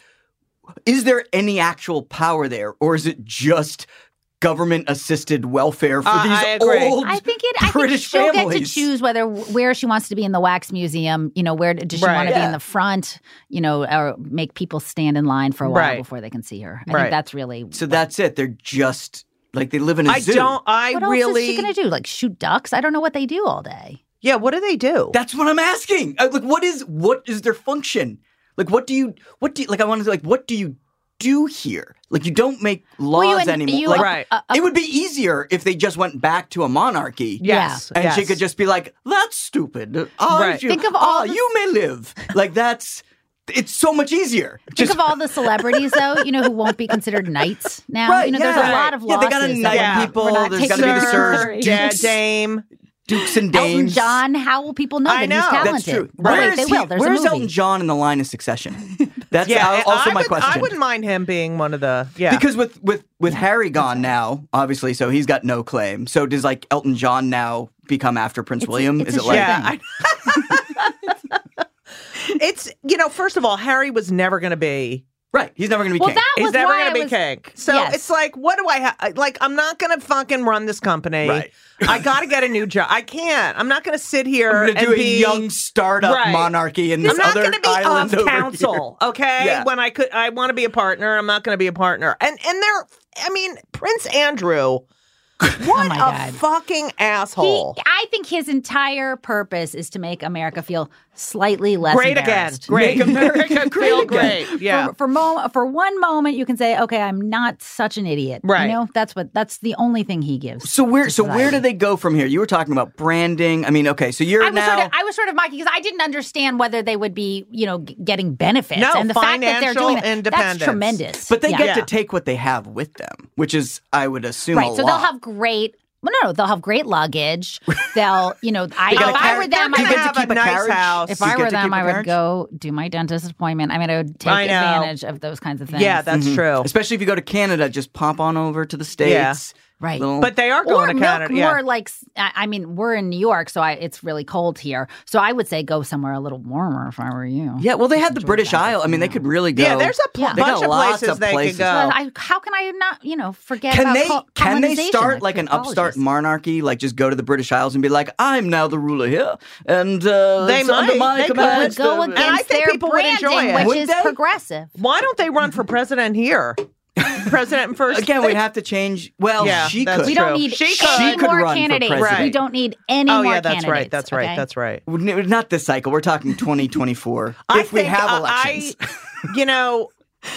Speaker 3: is there any actual power there or is it just government assisted welfare for
Speaker 1: Uh,
Speaker 3: these
Speaker 1: I agree.
Speaker 3: old
Speaker 2: I think it. I
Speaker 3: British
Speaker 2: think she'll
Speaker 3: families?
Speaker 2: get to choose whether where she wants to be in the wax museum. You know, where does she
Speaker 1: Right.
Speaker 2: want to be
Speaker 3: Yeah.
Speaker 2: in the front? You know, or make people stand in line for a while
Speaker 1: Right.
Speaker 2: before they can see her. I
Speaker 1: Right.
Speaker 2: think that's really.
Speaker 3: So that's it. They're just like they live in a
Speaker 1: I
Speaker 3: zoo.
Speaker 1: don't. I
Speaker 2: what else
Speaker 1: really.
Speaker 2: is she gonna do? Like shoot ducks? I don't know what they do all day.
Speaker 1: Yeah. What do they do?
Speaker 3: That's what I'm asking. Uh, Like what is what is their function? Like what do you what do you, like I want to say like what do you do here? Like you don't make laws
Speaker 2: you and-
Speaker 3: anymore.
Speaker 2: you-
Speaker 3: like,
Speaker 1: Right.
Speaker 2: uh, uh,
Speaker 3: it would be easier if they just went back to a monarchy.
Speaker 1: yes.
Speaker 3: And she
Speaker 1: yes.
Speaker 3: could just be like, "That's stupid." Ah,
Speaker 1: Right.
Speaker 3: you,
Speaker 2: Think of
Speaker 3: ah,
Speaker 2: all the-
Speaker 3: you may live. Like that's, it's so much easier.
Speaker 2: Think of all the celebrities though. You know who won't be considered knights now.
Speaker 3: Right,
Speaker 2: you know, there's
Speaker 3: yeah.
Speaker 2: a lot of
Speaker 3: Yeah,
Speaker 2: losses.
Speaker 3: they gotta
Speaker 2: that
Speaker 3: knight
Speaker 2: we're not-
Speaker 3: people,
Speaker 2: we're not
Speaker 3: there's
Speaker 2: taking
Speaker 3: gotta be the
Speaker 2: into
Speaker 3: Sir,
Speaker 2: [LAUGHS] consideration.
Speaker 1: yeah,
Speaker 3: Dukes.
Speaker 1: Dame.
Speaker 3: Dukes and dames.
Speaker 2: Elton John. How will people know
Speaker 1: I
Speaker 2: that
Speaker 1: know.
Speaker 2: he's
Speaker 1: That's
Speaker 2: talented?
Speaker 3: That's true.
Speaker 2: Oh, wait,
Speaker 3: Where is
Speaker 2: they
Speaker 3: he-
Speaker 2: will. There's
Speaker 3: where's
Speaker 2: a movie.
Speaker 3: Elton John in the line
Speaker 2: [LAUGHS]
Speaker 3: of succession? That's
Speaker 1: Yeah.
Speaker 3: al- also
Speaker 1: I
Speaker 3: my
Speaker 1: would,
Speaker 3: question.
Speaker 1: I wouldn't mind him being one of the. Yeah.
Speaker 3: Because with with with Harry gone now, obviously, so he's got no claim. So does like Elton John now become after Prince
Speaker 2: It's a-
Speaker 3: William?
Speaker 2: it's
Speaker 3: Is
Speaker 2: a
Speaker 3: it like
Speaker 2: shame.
Speaker 1: yeah. I- [LAUGHS] it's you know first of all Harry was never going to be
Speaker 3: right? He's never going to be
Speaker 2: Well,
Speaker 3: king.
Speaker 2: that
Speaker 1: He's
Speaker 2: was
Speaker 1: never
Speaker 2: why
Speaker 1: going to
Speaker 2: I
Speaker 1: be
Speaker 2: was-
Speaker 1: king. So
Speaker 2: Yes.
Speaker 1: it's like, what do I have? Like, I'm not going to fucking run this company.
Speaker 3: Right.
Speaker 1: I got to get a new job. I can't. I'm not going to sit here
Speaker 3: I'm going to
Speaker 1: and
Speaker 3: do a
Speaker 1: be
Speaker 3: young startup
Speaker 1: Right.
Speaker 3: monarchy in this
Speaker 1: I'm not
Speaker 3: other
Speaker 1: going to be
Speaker 3: island
Speaker 1: of
Speaker 3: over
Speaker 1: council, okay?
Speaker 3: Yeah.
Speaker 1: When I could, I want to be a partner. I'm not going to be a partner. And and there, I mean, Prince Andrew,
Speaker 3: [LAUGHS] Oh
Speaker 1: what
Speaker 2: my
Speaker 1: a
Speaker 2: God.
Speaker 1: fucking asshole!
Speaker 2: He, I think his entire purpose is to make America feel slightly less
Speaker 1: great again,
Speaker 2: embarrassed.
Speaker 1: great
Speaker 3: Make America
Speaker 2: [LAUGHS]
Speaker 1: feel
Speaker 3: great again.
Speaker 1: great. Yeah,
Speaker 2: For for, mo- for one moment, you can say, "Okay, I'm not such an idiot."
Speaker 1: Right.
Speaker 2: You know, that's what. That's the only thing he gives.
Speaker 3: So where
Speaker 2: to
Speaker 3: so where
Speaker 2: society.
Speaker 3: do they go from here? You were talking about branding. I mean, okay, so you're
Speaker 2: I was
Speaker 3: now
Speaker 2: sort of, I was sort of mocking because I didn't understand whether they would be, you know, g- getting benefits.
Speaker 1: No,
Speaker 2: and the fact that they're
Speaker 1: financial
Speaker 2: doing that, that's
Speaker 1: independence.
Speaker 2: tremendous.
Speaker 3: but they
Speaker 2: Yeah.
Speaker 3: get
Speaker 1: Yeah.
Speaker 3: to take what they have with them, which is I would assume
Speaker 2: right. So
Speaker 3: a
Speaker 2: they'll
Speaker 3: lot.
Speaker 2: have great. Well, no, no, they'll have
Speaker 1: [LAUGHS]
Speaker 2: great luggage. They'll, you know, I, if
Speaker 3: gotta
Speaker 2: I
Speaker 3: carry-
Speaker 2: were them,
Speaker 3: you
Speaker 2: I
Speaker 3: get to
Speaker 2: would
Speaker 1: have a
Speaker 3: keep a
Speaker 1: nice
Speaker 3: carriage?
Speaker 1: house.
Speaker 2: If
Speaker 3: You
Speaker 2: I
Speaker 3: get
Speaker 2: were
Speaker 3: to keep
Speaker 2: them,
Speaker 3: a
Speaker 2: I would
Speaker 3: carriage?
Speaker 2: go do my dentist appointment. I mean, I would take
Speaker 1: I know.
Speaker 2: advantage of those kinds of things.
Speaker 1: yeah, that's true.
Speaker 3: Mm-hmm. Hmm. Especially if you go to Canada, just pop on over to the states.
Speaker 2: right.
Speaker 3: Little-
Speaker 1: But they are
Speaker 2: or
Speaker 1: going to
Speaker 2: milk
Speaker 1: Canada. yeah.
Speaker 2: more like s- I I mean we're in New York, so I, it's really cold here. So I would say go somewhere a little warmer if I were you.
Speaker 3: yeah, well, they had the
Speaker 2: Enjoy
Speaker 3: British
Speaker 2: that.
Speaker 3: Isle. I mean, they could really go.
Speaker 1: Yeah, there's a pl-
Speaker 2: Yeah.
Speaker 3: They got
Speaker 1: bunch of
Speaker 3: lots
Speaker 1: places
Speaker 3: of
Speaker 1: they
Speaker 3: places.
Speaker 1: could go.
Speaker 2: Well, I, how can I not you know forget?
Speaker 3: Oh. Can
Speaker 2: about
Speaker 3: they
Speaker 2: col-
Speaker 3: can they
Speaker 2: colonization,
Speaker 3: start like an upstart
Speaker 2: colonies?
Speaker 3: monarchy, like just go to the British Isles and be like, "I'm now the ruler here," and uh,
Speaker 1: They
Speaker 3: it's
Speaker 1: might.
Speaker 3: under my
Speaker 1: They could.
Speaker 2: It
Speaker 3: command.
Speaker 2: would go
Speaker 1: And
Speaker 2: against
Speaker 1: I think
Speaker 2: their
Speaker 1: people would
Speaker 2: branding,
Speaker 1: enjoy it.
Speaker 2: which
Speaker 3: Would
Speaker 2: is
Speaker 3: they?
Speaker 2: progressive.
Speaker 1: Why don't they run for president
Speaker 2: [LAUGHS]
Speaker 1: here? president first.
Speaker 3: Again, we'd have to change. Well,
Speaker 1: Yeah,
Speaker 3: she
Speaker 1: that's
Speaker 3: could.
Speaker 2: We
Speaker 1: true.
Speaker 2: don't need
Speaker 1: She
Speaker 2: any
Speaker 1: could. She
Speaker 3: could
Speaker 2: more
Speaker 3: run for
Speaker 2: candidates.
Speaker 3: president.
Speaker 2: We don't need any
Speaker 1: oh
Speaker 2: more
Speaker 1: yeah, that's right.
Speaker 2: candidates,
Speaker 1: That's right.
Speaker 2: okay?
Speaker 1: That's right.
Speaker 3: N- Not this cycle. We're talking 2024.
Speaker 1: I
Speaker 3: if we
Speaker 1: think
Speaker 3: have
Speaker 1: I-
Speaker 3: elections. [LAUGHS]
Speaker 1: I, you know,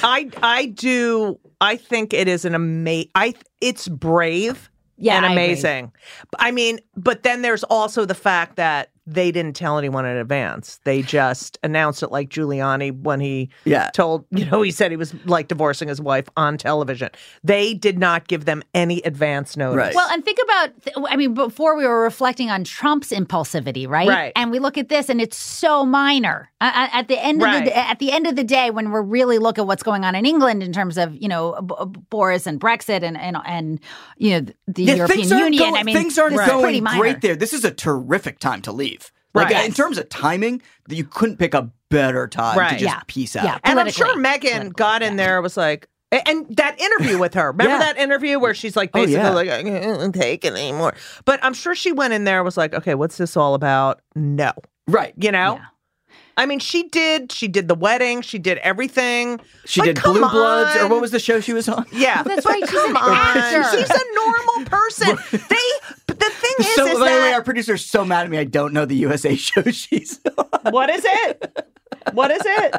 Speaker 1: I I do. I think it is an amazing. I it's brave
Speaker 2: Yeah,
Speaker 1: and
Speaker 2: I agree.
Speaker 1: amazing. I, mean, but then there's also the fact that they didn't tell anyone in advance. They just announced it like Giuliani when he
Speaker 3: Yeah.
Speaker 1: told you know he said he was like divorcing his wife on television. They did not give them any advance notice.
Speaker 3: Right.
Speaker 2: Well, and think about, th- I mean, before we were reflecting on Trump's impulsivity, right?
Speaker 1: Right.
Speaker 2: And we look at this, and it's so minor. Uh, uh, at the end
Speaker 1: Right.
Speaker 2: of the at the end of the day, when we're really look at what's going on in England in terms of you know B- B- Boris and Brexit and and and you know th- the
Speaker 3: Yeah,
Speaker 2: European
Speaker 3: things aren't
Speaker 2: Union.
Speaker 3: going,
Speaker 2: I mean,
Speaker 3: things aren't
Speaker 2: this is pretty
Speaker 3: going
Speaker 2: minor.
Speaker 3: great there. This is a terrific time to leave. Like
Speaker 1: Right.
Speaker 3: in terms of timing, that you couldn't pick a better time
Speaker 1: Right.
Speaker 3: to just
Speaker 2: Yeah.
Speaker 3: peace out.
Speaker 2: Yeah.
Speaker 1: And I'm sure
Speaker 2: Politically.
Speaker 1: Megan got in there and was like, A- And that interview with her. Remember
Speaker 3: Yeah.
Speaker 1: that interview where she's like basically
Speaker 3: yeah.
Speaker 1: like, I can't take it anymore. But I'm sure she went in there and was like, okay, what's this all about? No.
Speaker 3: Right.
Speaker 1: You know?
Speaker 2: Yeah.
Speaker 1: I mean, she did. She did the wedding. She did everything.
Speaker 3: She
Speaker 1: But
Speaker 3: did
Speaker 1: come
Speaker 3: Blue Bloods, or
Speaker 1: on.
Speaker 3: what was the show she was on? [LAUGHS]
Speaker 1: Yeah,
Speaker 2: That's
Speaker 1: but
Speaker 2: right, she's an
Speaker 1: come on.
Speaker 2: actor.
Speaker 1: She's a normal person. they, but the thing is,
Speaker 3: so,
Speaker 1: is
Speaker 3: by the way,
Speaker 1: that-
Speaker 3: our producer's so mad at me. I don't know the USA [LAUGHS] show she's on.
Speaker 1: what is it? What is it?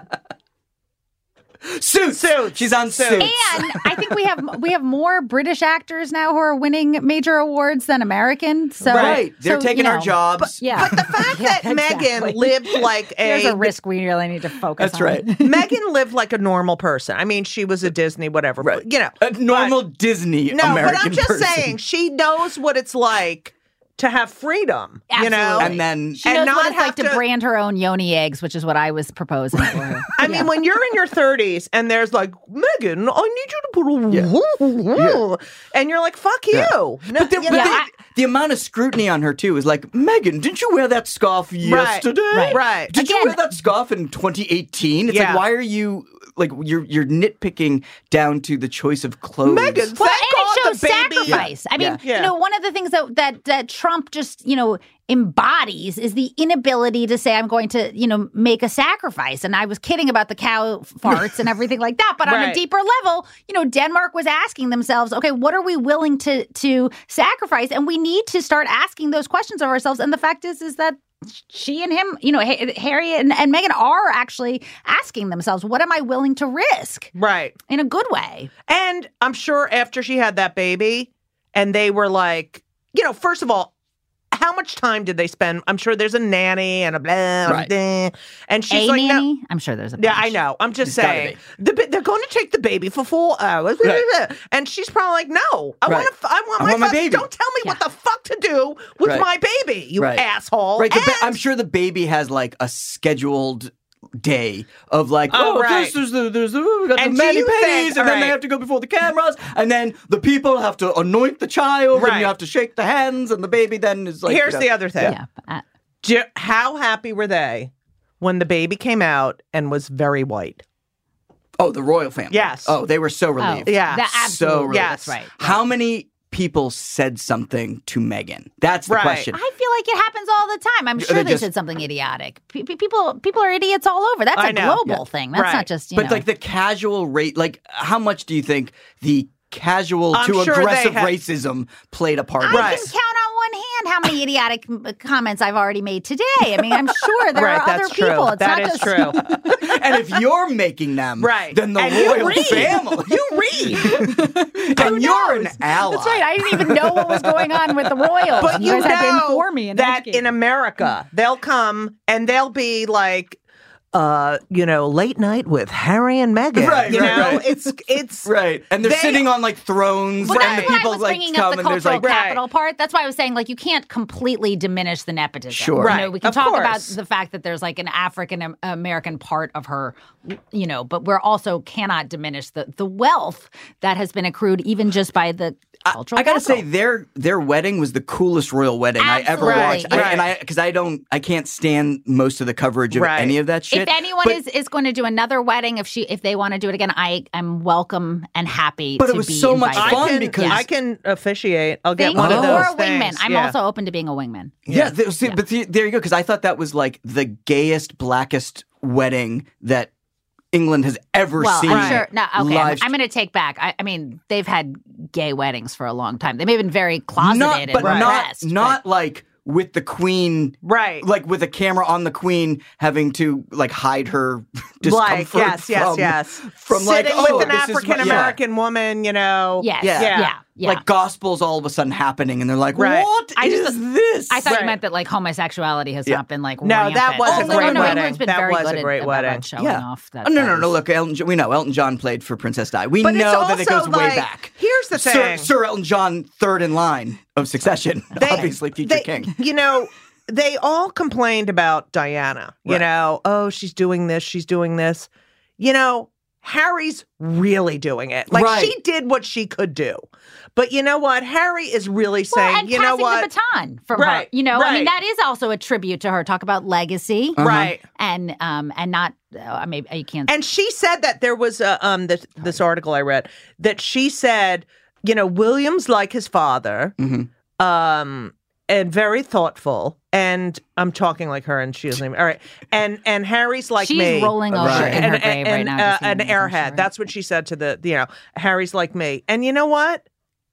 Speaker 3: Suits.
Speaker 1: Suits.
Speaker 3: She's on Suits. [LAUGHS]
Speaker 2: And I think we have we have more British actors now who are winning major awards than American. So
Speaker 3: right. They're
Speaker 2: so,
Speaker 3: taking
Speaker 2: you
Speaker 3: our
Speaker 2: know,
Speaker 3: jobs.
Speaker 2: Yeah,
Speaker 1: But the fact that Megan lived like
Speaker 2: [LAUGHS] there's
Speaker 1: a,
Speaker 2: a risk we really need to focus.
Speaker 3: That's
Speaker 2: on.
Speaker 3: right. [LAUGHS]
Speaker 1: Megan lived like a normal person. I mean, she was a Disney, whatever.
Speaker 3: Right.
Speaker 1: But, you know,
Speaker 3: A normal Disney
Speaker 1: no.
Speaker 3: American
Speaker 1: but I'm just
Speaker 3: person.
Speaker 1: saying, she knows what it's like to have freedom. You know,
Speaker 2: Absolutely.
Speaker 3: And then
Speaker 2: She
Speaker 1: And
Speaker 2: knows
Speaker 1: not
Speaker 2: what it's
Speaker 1: have
Speaker 2: like to,
Speaker 1: to-
Speaker 2: brand her own yoni eggs, which is what I was proposing for her.
Speaker 1: [LAUGHS] I mean, when you're in your 30s and there's like, Megan, I need you to put a. And you're like, fuck you. No,
Speaker 3: But, the,
Speaker 1: you know,
Speaker 3: but the-
Speaker 1: I-
Speaker 3: the amount of scrutiny on her too is like, Megan, didn't you wear that scarf yesterday?
Speaker 1: right, right.
Speaker 3: Did you
Speaker 2: Again-
Speaker 3: wear that scarf in 2018? It's
Speaker 1: Yeah.
Speaker 3: like, why are you like you're you're nitpicking down to the choice of clothes?
Speaker 1: Megan,
Speaker 2: Well,
Speaker 1: thank God
Speaker 2: and it shows
Speaker 1: the baby.
Speaker 2: sacrifice. I mean,
Speaker 1: Yeah.
Speaker 2: you know, one of the things that, that that Trump just you know embodies is the inability to say I'm going to you know make a sacrifice. And I was kidding about
Speaker 1: [LAUGHS]
Speaker 2: the cow farts and everything like that, but on
Speaker 1: Right.
Speaker 2: a deeper level, you know, Denmark was asking themselves, okay, what are we willing to to sacrifice? And we need to start asking those questions of ourselves. And the fact is, is that she and him, you know, Ha- Harry and, and Megan are actually asking themselves, what am I willing to risk
Speaker 1: Right.
Speaker 2: in a good way?
Speaker 1: And I'm sure after she had that baby, and they were like, you know, first of all, how much time did they spend? I'm sure there's a nanny and a blah, blah,
Speaker 3: Right.
Speaker 1: blah. and she's
Speaker 2: a
Speaker 1: like, no-
Speaker 2: nanny? I'm sure there's a
Speaker 1: Yeah, I
Speaker 2: bunch.
Speaker 1: know. I'm just
Speaker 3: There's gotta
Speaker 1: saying the, ba- they're going to take the baby for four hours,
Speaker 3: Right.
Speaker 1: [LAUGHS] and she's probably like, "No, I
Speaker 3: Right.
Speaker 1: want to. I want my,
Speaker 3: I want my
Speaker 1: fuck-
Speaker 3: baby."
Speaker 1: Don't tell me what the fuck to do with
Speaker 3: Right.
Speaker 1: my baby, you
Speaker 3: Right.
Speaker 1: asshole."
Speaker 3: Right. The ba-
Speaker 1: And-
Speaker 3: I'm sure the baby has like a scheduled day of like,
Speaker 1: Oh,
Speaker 3: oh,
Speaker 1: right.
Speaker 3: this is the there's the, we got
Speaker 1: And
Speaker 3: the
Speaker 1: do
Speaker 3: many
Speaker 1: you
Speaker 3: pennies,
Speaker 1: think-
Speaker 3: and then
Speaker 1: right.
Speaker 3: they have to go before the cameras, and then the people have to anoint the child, and
Speaker 1: Right.
Speaker 3: you have to shake the hands, and the baby then is like.
Speaker 1: Here's
Speaker 3: you know-
Speaker 1: the other thing.
Speaker 2: Yeah. Uh,
Speaker 1: Do- how happy were they when the baby came out and was very white?
Speaker 3: Oh, the royal family.
Speaker 1: Yes.
Speaker 3: Oh, they were so
Speaker 2: oh,
Speaker 3: relieved.
Speaker 1: Yeah.
Speaker 2: that-
Speaker 3: So
Speaker 2: absolutely.
Speaker 3: relieved.
Speaker 2: That's right.
Speaker 3: How many people said something to Megan? That's the
Speaker 1: Right.
Speaker 3: question.
Speaker 2: I feel like it happens all the time. I'm sure
Speaker 3: they
Speaker 2: they
Speaker 3: just-
Speaker 2: said something idiotic. Pe- pe- people, people are idiots all over. That's
Speaker 1: I
Speaker 2: a
Speaker 1: know.
Speaker 2: global thing. That's
Speaker 1: Right.
Speaker 2: not just you
Speaker 3: but
Speaker 2: know.
Speaker 3: like the casual rate, like how much do you think the casual
Speaker 1: I'm
Speaker 3: to
Speaker 1: sure they
Speaker 3: aggressive
Speaker 1: had-
Speaker 3: racism played a part?
Speaker 2: I
Speaker 3: in
Speaker 1: Right.
Speaker 3: this?
Speaker 2: can count on one hand how many idiotic m- uh, comments I've already made today. I mean, I'm sure there
Speaker 1: right,
Speaker 2: are
Speaker 1: that's
Speaker 2: other
Speaker 1: true.
Speaker 2: people. It's
Speaker 1: That
Speaker 2: not
Speaker 1: is
Speaker 2: just [LAUGHS]
Speaker 1: true.
Speaker 3: [LAUGHS] and if you're making them,
Speaker 1: Right.
Speaker 3: then the
Speaker 1: And you
Speaker 3: royal
Speaker 1: read.
Speaker 2: [LAUGHS]
Speaker 3: family,
Speaker 1: you
Speaker 3: [LAUGHS]
Speaker 1: read,
Speaker 3: and you're an ally.
Speaker 2: That's right. I didn't even know what was going
Speaker 1: [LAUGHS]
Speaker 2: on with the royals.
Speaker 1: but you,
Speaker 2: guys had to
Speaker 1: know
Speaker 2: inform me and
Speaker 1: that
Speaker 2: educate
Speaker 1: in
Speaker 2: me.
Speaker 1: America they'll come and they'll be like, uh, you know, late night with Harry and Meghan.
Speaker 3: Right,
Speaker 1: you
Speaker 3: right,
Speaker 1: know,
Speaker 3: right. [LAUGHS]
Speaker 1: it's it's
Speaker 3: Right, and they're
Speaker 1: They-
Speaker 3: sitting on like thrones,
Speaker 2: Well,
Speaker 3: and
Speaker 2: that's
Speaker 3: the
Speaker 2: why I
Speaker 3: people
Speaker 2: was
Speaker 3: like
Speaker 2: bringing
Speaker 3: come
Speaker 2: up the
Speaker 3: and there's
Speaker 2: cultural
Speaker 3: like
Speaker 2: capital part. That's why I was saying like you can't completely diminish the nepotism.
Speaker 3: Sure.
Speaker 2: You know,
Speaker 1: Right.
Speaker 2: we can
Speaker 1: Of
Speaker 2: talk about
Speaker 1: course.
Speaker 2: the fact that there's like an African Am- American part of her, you know, but we're also cannot diminish the the wealth that has been accrued even just by the cultural.
Speaker 3: I gotta say,
Speaker 2: capital.
Speaker 3: their their wedding was the coolest royal wedding I ever
Speaker 2: Absolutely.
Speaker 3: watched. I,
Speaker 1: Right.
Speaker 3: and I because I don't, I can't stand most of the coverage of
Speaker 1: Right.
Speaker 3: any of that shit.
Speaker 2: If anyone
Speaker 3: but,
Speaker 2: is, is going to do another wedding, if she if they want to do it again, I am welcome and happy.
Speaker 3: But it
Speaker 2: to
Speaker 3: was
Speaker 2: be
Speaker 3: so much
Speaker 2: invited.
Speaker 3: fun
Speaker 1: I can,
Speaker 3: because-
Speaker 1: I can officiate. I'll get
Speaker 2: Thank
Speaker 1: one
Speaker 2: you.
Speaker 1: of those
Speaker 2: or a wingman.
Speaker 1: things.
Speaker 2: I'm
Speaker 1: Yeah.
Speaker 2: also open to being a wingman.
Speaker 3: yeah, there was- but the, there you go. Because I thought that was like the gayest, blackest wedding that England has ever
Speaker 2: well,
Speaker 3: seen.
Speaker 2: I'm sure. No, okay. I'm,
Speaker 3: live-
Speaker 2: I'm going to take back. I, I mean, they've had gay weddings for a long time. They've been very closeted
Speaker 3: not,
Speaker 2: and
Speaker 3: but not
Speaker 2: repressed,
Speaker 3: not like with the queen.
Speaker 1: right.
Speaker 3: Like with a camera on the queen, having to like hide her [LAUGHS]
Speaker 1: Like,
Speaker 3: discomfort.
Speaker 1: yes, yes,
Speaker 3: from,
Speaker 1: yes.
Speaker 3: From like
Speaker 1: Sitting
Speaker 3: oh,
Speaker 1: with an
Speaker 3: this is my-
Speaker 1: African American woman, you know.
Speaker 2: but- Yes.
Speaker 3: Yeah.
Speaker 2: Yeah. Yeah.
Speaker 3: Like gospels all of a sudden happening, and they're like,
Speaker 1: Right.
Speaker 3: "What
Speaker 2: I just-
Speaker 3: is this?"
Speaker 2: I thought
Speaker 1: Right.
Speaker 2: you meant that like homosexuality has not been like
Speaker 1: No, that
Speaker 2: rampant.
Speaker 1: was
Speaker 3: a
Speaker 2: Oh, no,
Speaker 3: great
Speaker 2: no, no,
Speaker 3: wedding.
Speaker 2: England's been
Speaker 1: That
Speaker 2: very
Speaker 1: was a
Speaker 2: good at-
Speaker 1: great
Speaker 2: about
Speaker 1: wedding.
Speaker 2: showing off. That,
Speaker 3: Oh, no,
Speaker 2: that
Speaker 3: no, no.
Speaker 2: was-
Speaker 3: Look, Elton, John- we know Elton John played for Princess Di. We
Speaker 1: But it's
Speaker 3: know that it goes
Speaker 1: also
Speaker 3: way
Speaker 1: like-
Speaker 3: back.
Speaker 1: here's the
Speaker 3: Sir,
Speaker 1: thing.
Speaker 3: Sir Elton John, third in line of succession, obviously future
Speaker 1: [LAUGHS] they- [LAUGHS]
Speaker 3: king.
Speaker 1: You know, they all complained about Diana. You
Speaker 3: Right.
Speaker 1: know, oh, she's doing this, she's doing this. You know, Harry's really doing it. Like
Speaker 3: Right.
Speaker 1: she did what she could do. But you know what? Harry is really saying,
Speaker 2: well, and
Speaker 1: you know
Speaker 2: passing
Speaker 1: what?
Speaker 2: the baton from her.
Speaker 1: Right,
Speaker 2: You know, I mean,
Speaker 1: right.
Speaker 2: that is also a tribute to her. Talk about legacy,
Speaker 3: Uh-huh.
Speaker 1: Right.
Speaker 2: And um, and not. Uh, I mean, you can't.
Speaker 1: And she said that there was a um this, this article I read that she said, you know, Williams like his father,
Speaker 3: Mm-hmm.
Speaker 1: um, and very thoughtful. And I'm talking like her, and she doesn't even. All right, and and Harry's like
Speaker 2: She's
Speaker 1: me,
Speaker 2: rolling over
Speaker 3: Right.
Speaker 2: in her
Speaker 1: and,
Speaker 2: grave right
Speaker 1: and,
Speaker 2: now.
Speaker 1: uh,
Speaker 2: just saying
Speaker 1: an
Speaker 2: that, I'm
Speaker 1: airhead.
Speaker 2: sure.
Speaker 1: That's what she said to the you know Harry's like me, and you know what?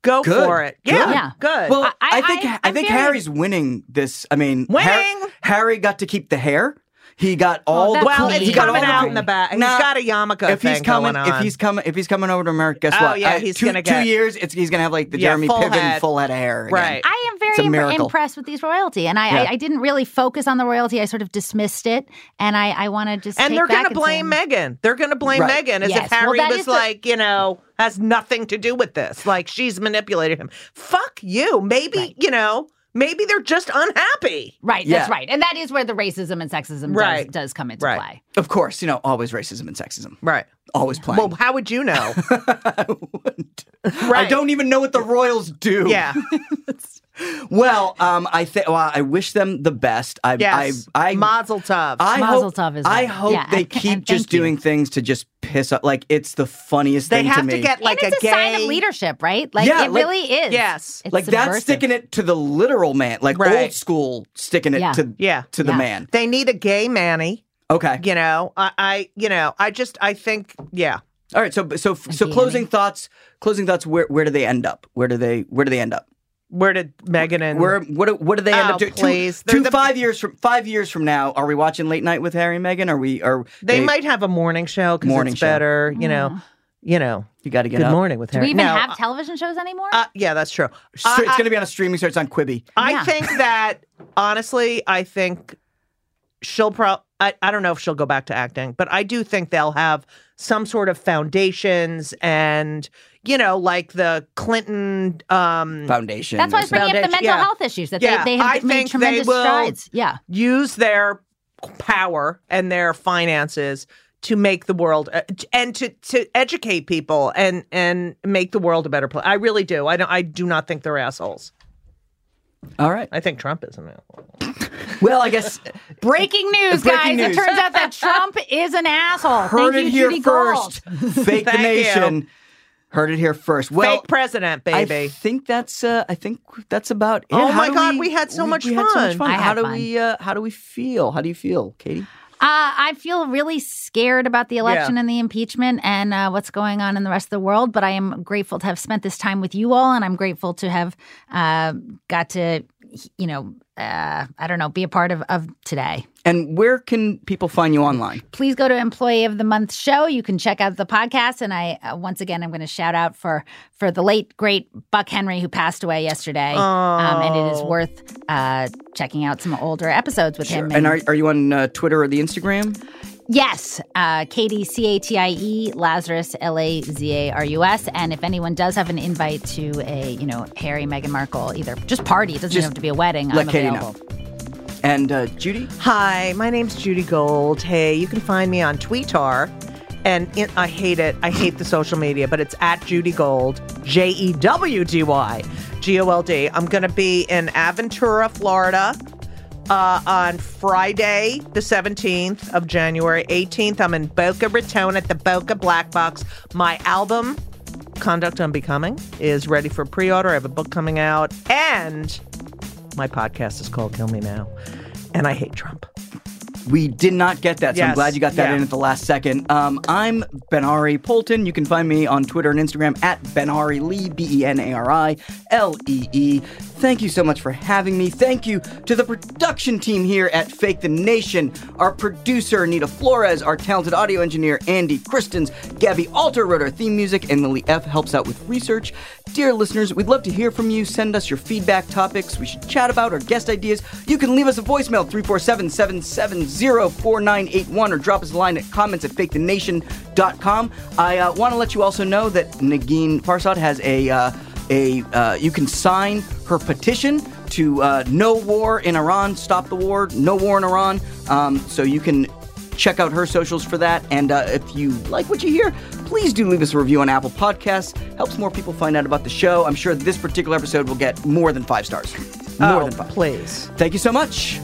Speaker 1: Go
Speaker 3: Good.
Speaker 1: for it. Yeah,
Speaker 3: Good.
Speaker 2: Yeah.
Speaker 1: good.
Speaker 3: Well, I,
Speaker 2: I- I-
Speaker 3: think
Speaker 2: I-
Speaker 3: I,
Speaker 2: I'm
Speaker 3: think
Speaker 2: feeling-
Speaker 3: Harry's winning this. I mean, Har-
Speaker 1: Winning?
Speaker 3: Harry got to keep the hair. He got all the
Speaker 2: Oh, that's
Speaker 1: well,
Speaker 3: cool-
Speaker 1: it's
Speaker 3: he got all
Speaker 1: coming
Speaker 3: the
Speaker 1: out
Speaker 3: cool-
Speaker 1: in the back.
Speaker 3: Nah,
Speaker 1: he's got a yarmulke
Speaker 3: if
Speaker 1: thing
Speaker 3: he's coming,
Speaker 1: going on.
Speaker 3: if he's coming, if he's coming over to America, guess
Speaker 1: Oh,
Speaker 3: what?
Speaker 1: yeah,
Speaker 3: I-
Speaker 1: he's
Speaker 3: two,
Speaker 1: gonna
Speaker 3: two
Speaker 1: get-
Speaker 3: years. It's, he's gonna have like the
Speaker 1: Yeah,
Speaker 3: Jeremy
Speaker 1: full
Speaker 3: Piven
Speaker 1: head.
Speaker 3: full head of hair. again.
Speaker 1: Right.
Speaker 2: I am
Speaker 3: It's a
Speaker 2: very im-
Speaker 3: miracle.
Speaker 2: impressed with these royalty, and I,
Speaker 3: Yeah.
Speaker 2: I I didn't really focus on the royalty. I sort of dismissed it, and I I want to just
Speaker 1: and
Speaker 2: take
Speaker 1: they're
Speaker 2: back
Speaker 1: going to blame
Speaker 2: say-
Speaker 1: Megan. They're going to blame
Speaker 3: Right.
Speaker 1: Megan as
Speaker 2: Yes.
Speaker 1: if
Speaker 2: Well,
Speaker 1: Harry
Speaker 2: that is
Speaker 1: was
Speaker 2: the-
Speaker 1: like, you know, has nothing to do with this. Like she's manipulated him. Fuck you. Maybe, you know, maybe they're just unhappy.
Speaker 2: Right, that's
Speaker 3: Yeah.
Speaker 2: right, and that is where the racism and sexism
Speaker 1: Right.
Speaker 2: does, does come into
Speaker 1: Right.
Speaker 2: play.
Speaker 3: Of course, you know, always racism and sexism.
Speaker 1: Right.
Speaker 3: Always playing.
Speaker 1: Well, how would you know?
Speaker 3: [LAUGHS] I wouldn't.
Speaker 1: Right.
Speaker 3: I don't even know what the Royals do.
Speaker 2: [LAUGHS]
Speaker 1: yeah.
Speaker 3: [LAUGHS] Well, um, I think. Well, I wish them the best. I,
Speaker 1: Yes.
Speaker 3: I, I,
Speaker 1: Mazel tov.
Speaker 3: I
Speaker 2: Mazel
Speaker 3: hope.
Speaker 2: tov is
Speaker 3: I
Speaker 2: right.
Speaker 3: hope
Speaker 2: Yeah,
Speaker 3: they
Speaker 2: and-
Speaker 3: keep
Speaker 2: and
Speaker 3: just
Speaker 2: thank you.
Speaker 3: doing things to just piss off. Like it's the funniest
Speaker 1: they
Speaker 3: thing
Speaker 1: have
Speaker 3: to
Speaker 1: to,
Speaker 3: me.
Speaker 1: get like
Speaker 2: and it's a,
Speaker 1: gay
Speaker 2: sign of leadership, right? Like
Speaker 3: Yeah,
Speaker 2: it
Speaker 3: like-
Speaker 2: really is.
Speaker 1: Yes.
Speaker 2: It's
Speaker 3: like that's
Speaker 2: subversive.
Speaker 3: sticking it to the literal man, like
Speaker 1: Right.
Speaker 3: old school sticking it
Speaker 2: Yeah.
Speaker 3: to
Speaker 1: Yeah.
Speaker 3: to the
Speaker 2: Yeah.
Speaker 3: man.
Speaker 1: They need a gay Manny.
Speaker 3: Okay.
Speaker 1: You know, I, I, you know, I just, I think, yeah.
Speaker 3: All right. So so so
Speaker 2: Danny.
Speaker 3: closing thoughts. Closing thoughts. Where where do they end up? Where do they where do they end up?
Speaker 1: Where did Megan and
Speaker 3: Where what do- what do they end
Speaker 1: Oh,
Speaker 3: up doing? Two-
Speaker 1: please. They're
Speaker 3: two-
Speaker 1: the-
Speaker 3: five years from five years from now, are we watching Late Night with Harry and Meghan? Are we are
Speaker 1: they, might have a morning show because
Speaker 3: Morning
Speaker 1: it's
Speaker 3: show.
Speaker 1: better, you know, you know,
Speaker 3: You got to get
Speaker 1: good
Speaker 3: up.
Speaker 1: morning with
Speaker 2: Mm-hmm. Do
Speaker 1: Harry.
Speaker 2: we even
Speaker 1: No,
Speaker 2: have television shows anymore?
Speaker 1: Uh, yeah, that's true.
Speaker 3: So
Speaker 1: I-
Speaker 3: it's going to be on a streaming service on Quibi.
Speaker 1: I
Speaker 2: Yeah.
Speaker 1: think that honestly, I think she'll pro. I, I don't know if she'll go back to acting, but I do think they'll have some sort of foundations and you know, like the Clinton. Um,
Speaker 3: Foundation.
Speaker 2: that's why I was
Speaker 3: or something.
Speaker 2: bringing up the
Speaker 1: Foundation,
Speaker 2: mental
Speaker 1: yeah.
Speaker 2: health issues that
Speaker 1: Yeah,
Speaker 2: they, they have
Speaker 1: I
Speaker 2: made
Speaker 1: think they
Speaker 2: tremendous
Speaker 1: will-
Speaker 2: strides. Yeah.
Speaker 1: use their power and their finances to make the world uh, and to to educate people and and make the world a better place. I really do. I don't. I do not think they're assholes.
Speaker 3: All right.
Speaker 1: I think Trump is an asshole.
Speaker 3: Well,
Speaker 1: [LAUGHS]
Speaker 3: I guess
Speaker 2: Breaking news, guys.
Speaker 3: Breaking news.
Speaker 2: It turns out
Speaker 3: [LAUGHS]
Speaker 2: that Trump is an asshole.
Speaker 3: heard
Speaker 2: Thank
Speaker 3: it
Speaker 2: you,
Speaker 3: here
Speaker 2: Judy Gold.
Speaker 3: first. Fake
Speaker 1: [LAUGHS]
Speaker 3: the
Speaker 1: Thank you.
Speaker 3: nation. Heard it here first. Well,
Speaker 1: Fake president,
Speaker 3: I
Speaker 1: baby.
Speaker 3: think that's uh, I think that's about it.
Speaker 1: Oh my
Speaker 3: do
Speaker 1: God, we had so much
Speaker 3: we Had so much
Speaker 1: fun.
Speaker 3: fun.
Speaker 2: I
Speaker 3: how
Speaker 2: had
Speaker 3: do
Speaker 2: fun.
Speaker 3: we uh, how do we feel? How do you feel, Katie?
Speaker 2: Uh, I feel really scared about the election and the impeachment and uh, what's going on in the rest of the world, but I am grateful to have spent this time with you all, and I'm grateful to have uh, got to, you know, uh, I don't know, be a part of, of today.
Speaker 3: And where can people find you online?
Speaker 2: please go to employee of the month show you can check out the podcast and i uh, once again i'm going to shout out for for the late great buck henry who passed away yesterday um, and it is worth uh, checking out some older episodes with him
Speaker 3: And are, are you on uh, Twitter or the Instagram?
Speaker 2: yes uh, katie c-a-t-i-e E, lazarus l-a-z-a-r-u-s and if anyone does have an invite to a you know harry meghan markle either just party it doesn't
Speaker 3: Just
Speaker 2: have to be a wedding
Speaker 3: let
Speaker 2: i'm
Speaker 3: Katie know.
Speaker 2: available
Speaker 3: And uh, Judy,
Speaker 1: Hi, my name's Judy Gold. Hey, you can find me on Tweetar. And it, I hate it. I hate the social media, but it's at Judy Gold, J E W D Y G O L D. I'm going to be in Aventura, Florida uh, on Friday, the 17th of January. 18th, I'm in Boca Raton at the Boca Black Box. My album, Conduct Unbecoming, is ready for pre order. I have a book coming out. And my podcast is called Kill Me Now. And I hate Trump.
Speaker 3: we did not get that, so I'm
Speaker 1: Yes,
Speaker 3: glad you got that
Speaker 1: yeah.
Speaker 3: in at the last second. Um, I'm Benari Polton. You can find me on Twitter and Instagram at Benari Lee, B E N A R I L E E. Thank you so much for having me. Thank you to the production team here at Fake the Nation, our producer, Anita Flores, our talented audio engineer, Andy Christens, Gabby Alter wrote our theme music, and Lily F helps out with research. Dear listeners, we'd love to hear from you. Send us your feedback, topics we should chat about, or guest ideas. You can leave us a voicemail, 347 770 4981, or drop us a line at comments at fakethenation.com. I uh, want to let you also know that Nagin Farsad has a. Uh, a uh, you can sign her petition to uh, no war in Iran, stop the war, no war in Iran. Um, so you can Check out her socials for that. And uh, if you like what you hear, please do leave us a review on Apple Podcasts. Helps more people find out about the show. I'm sure this particular episode will get more than five stars. More
Speaker 1: Oh,
Speaker 3: than five.
Speaker 1: please.
Speaker 3: Thank you so much.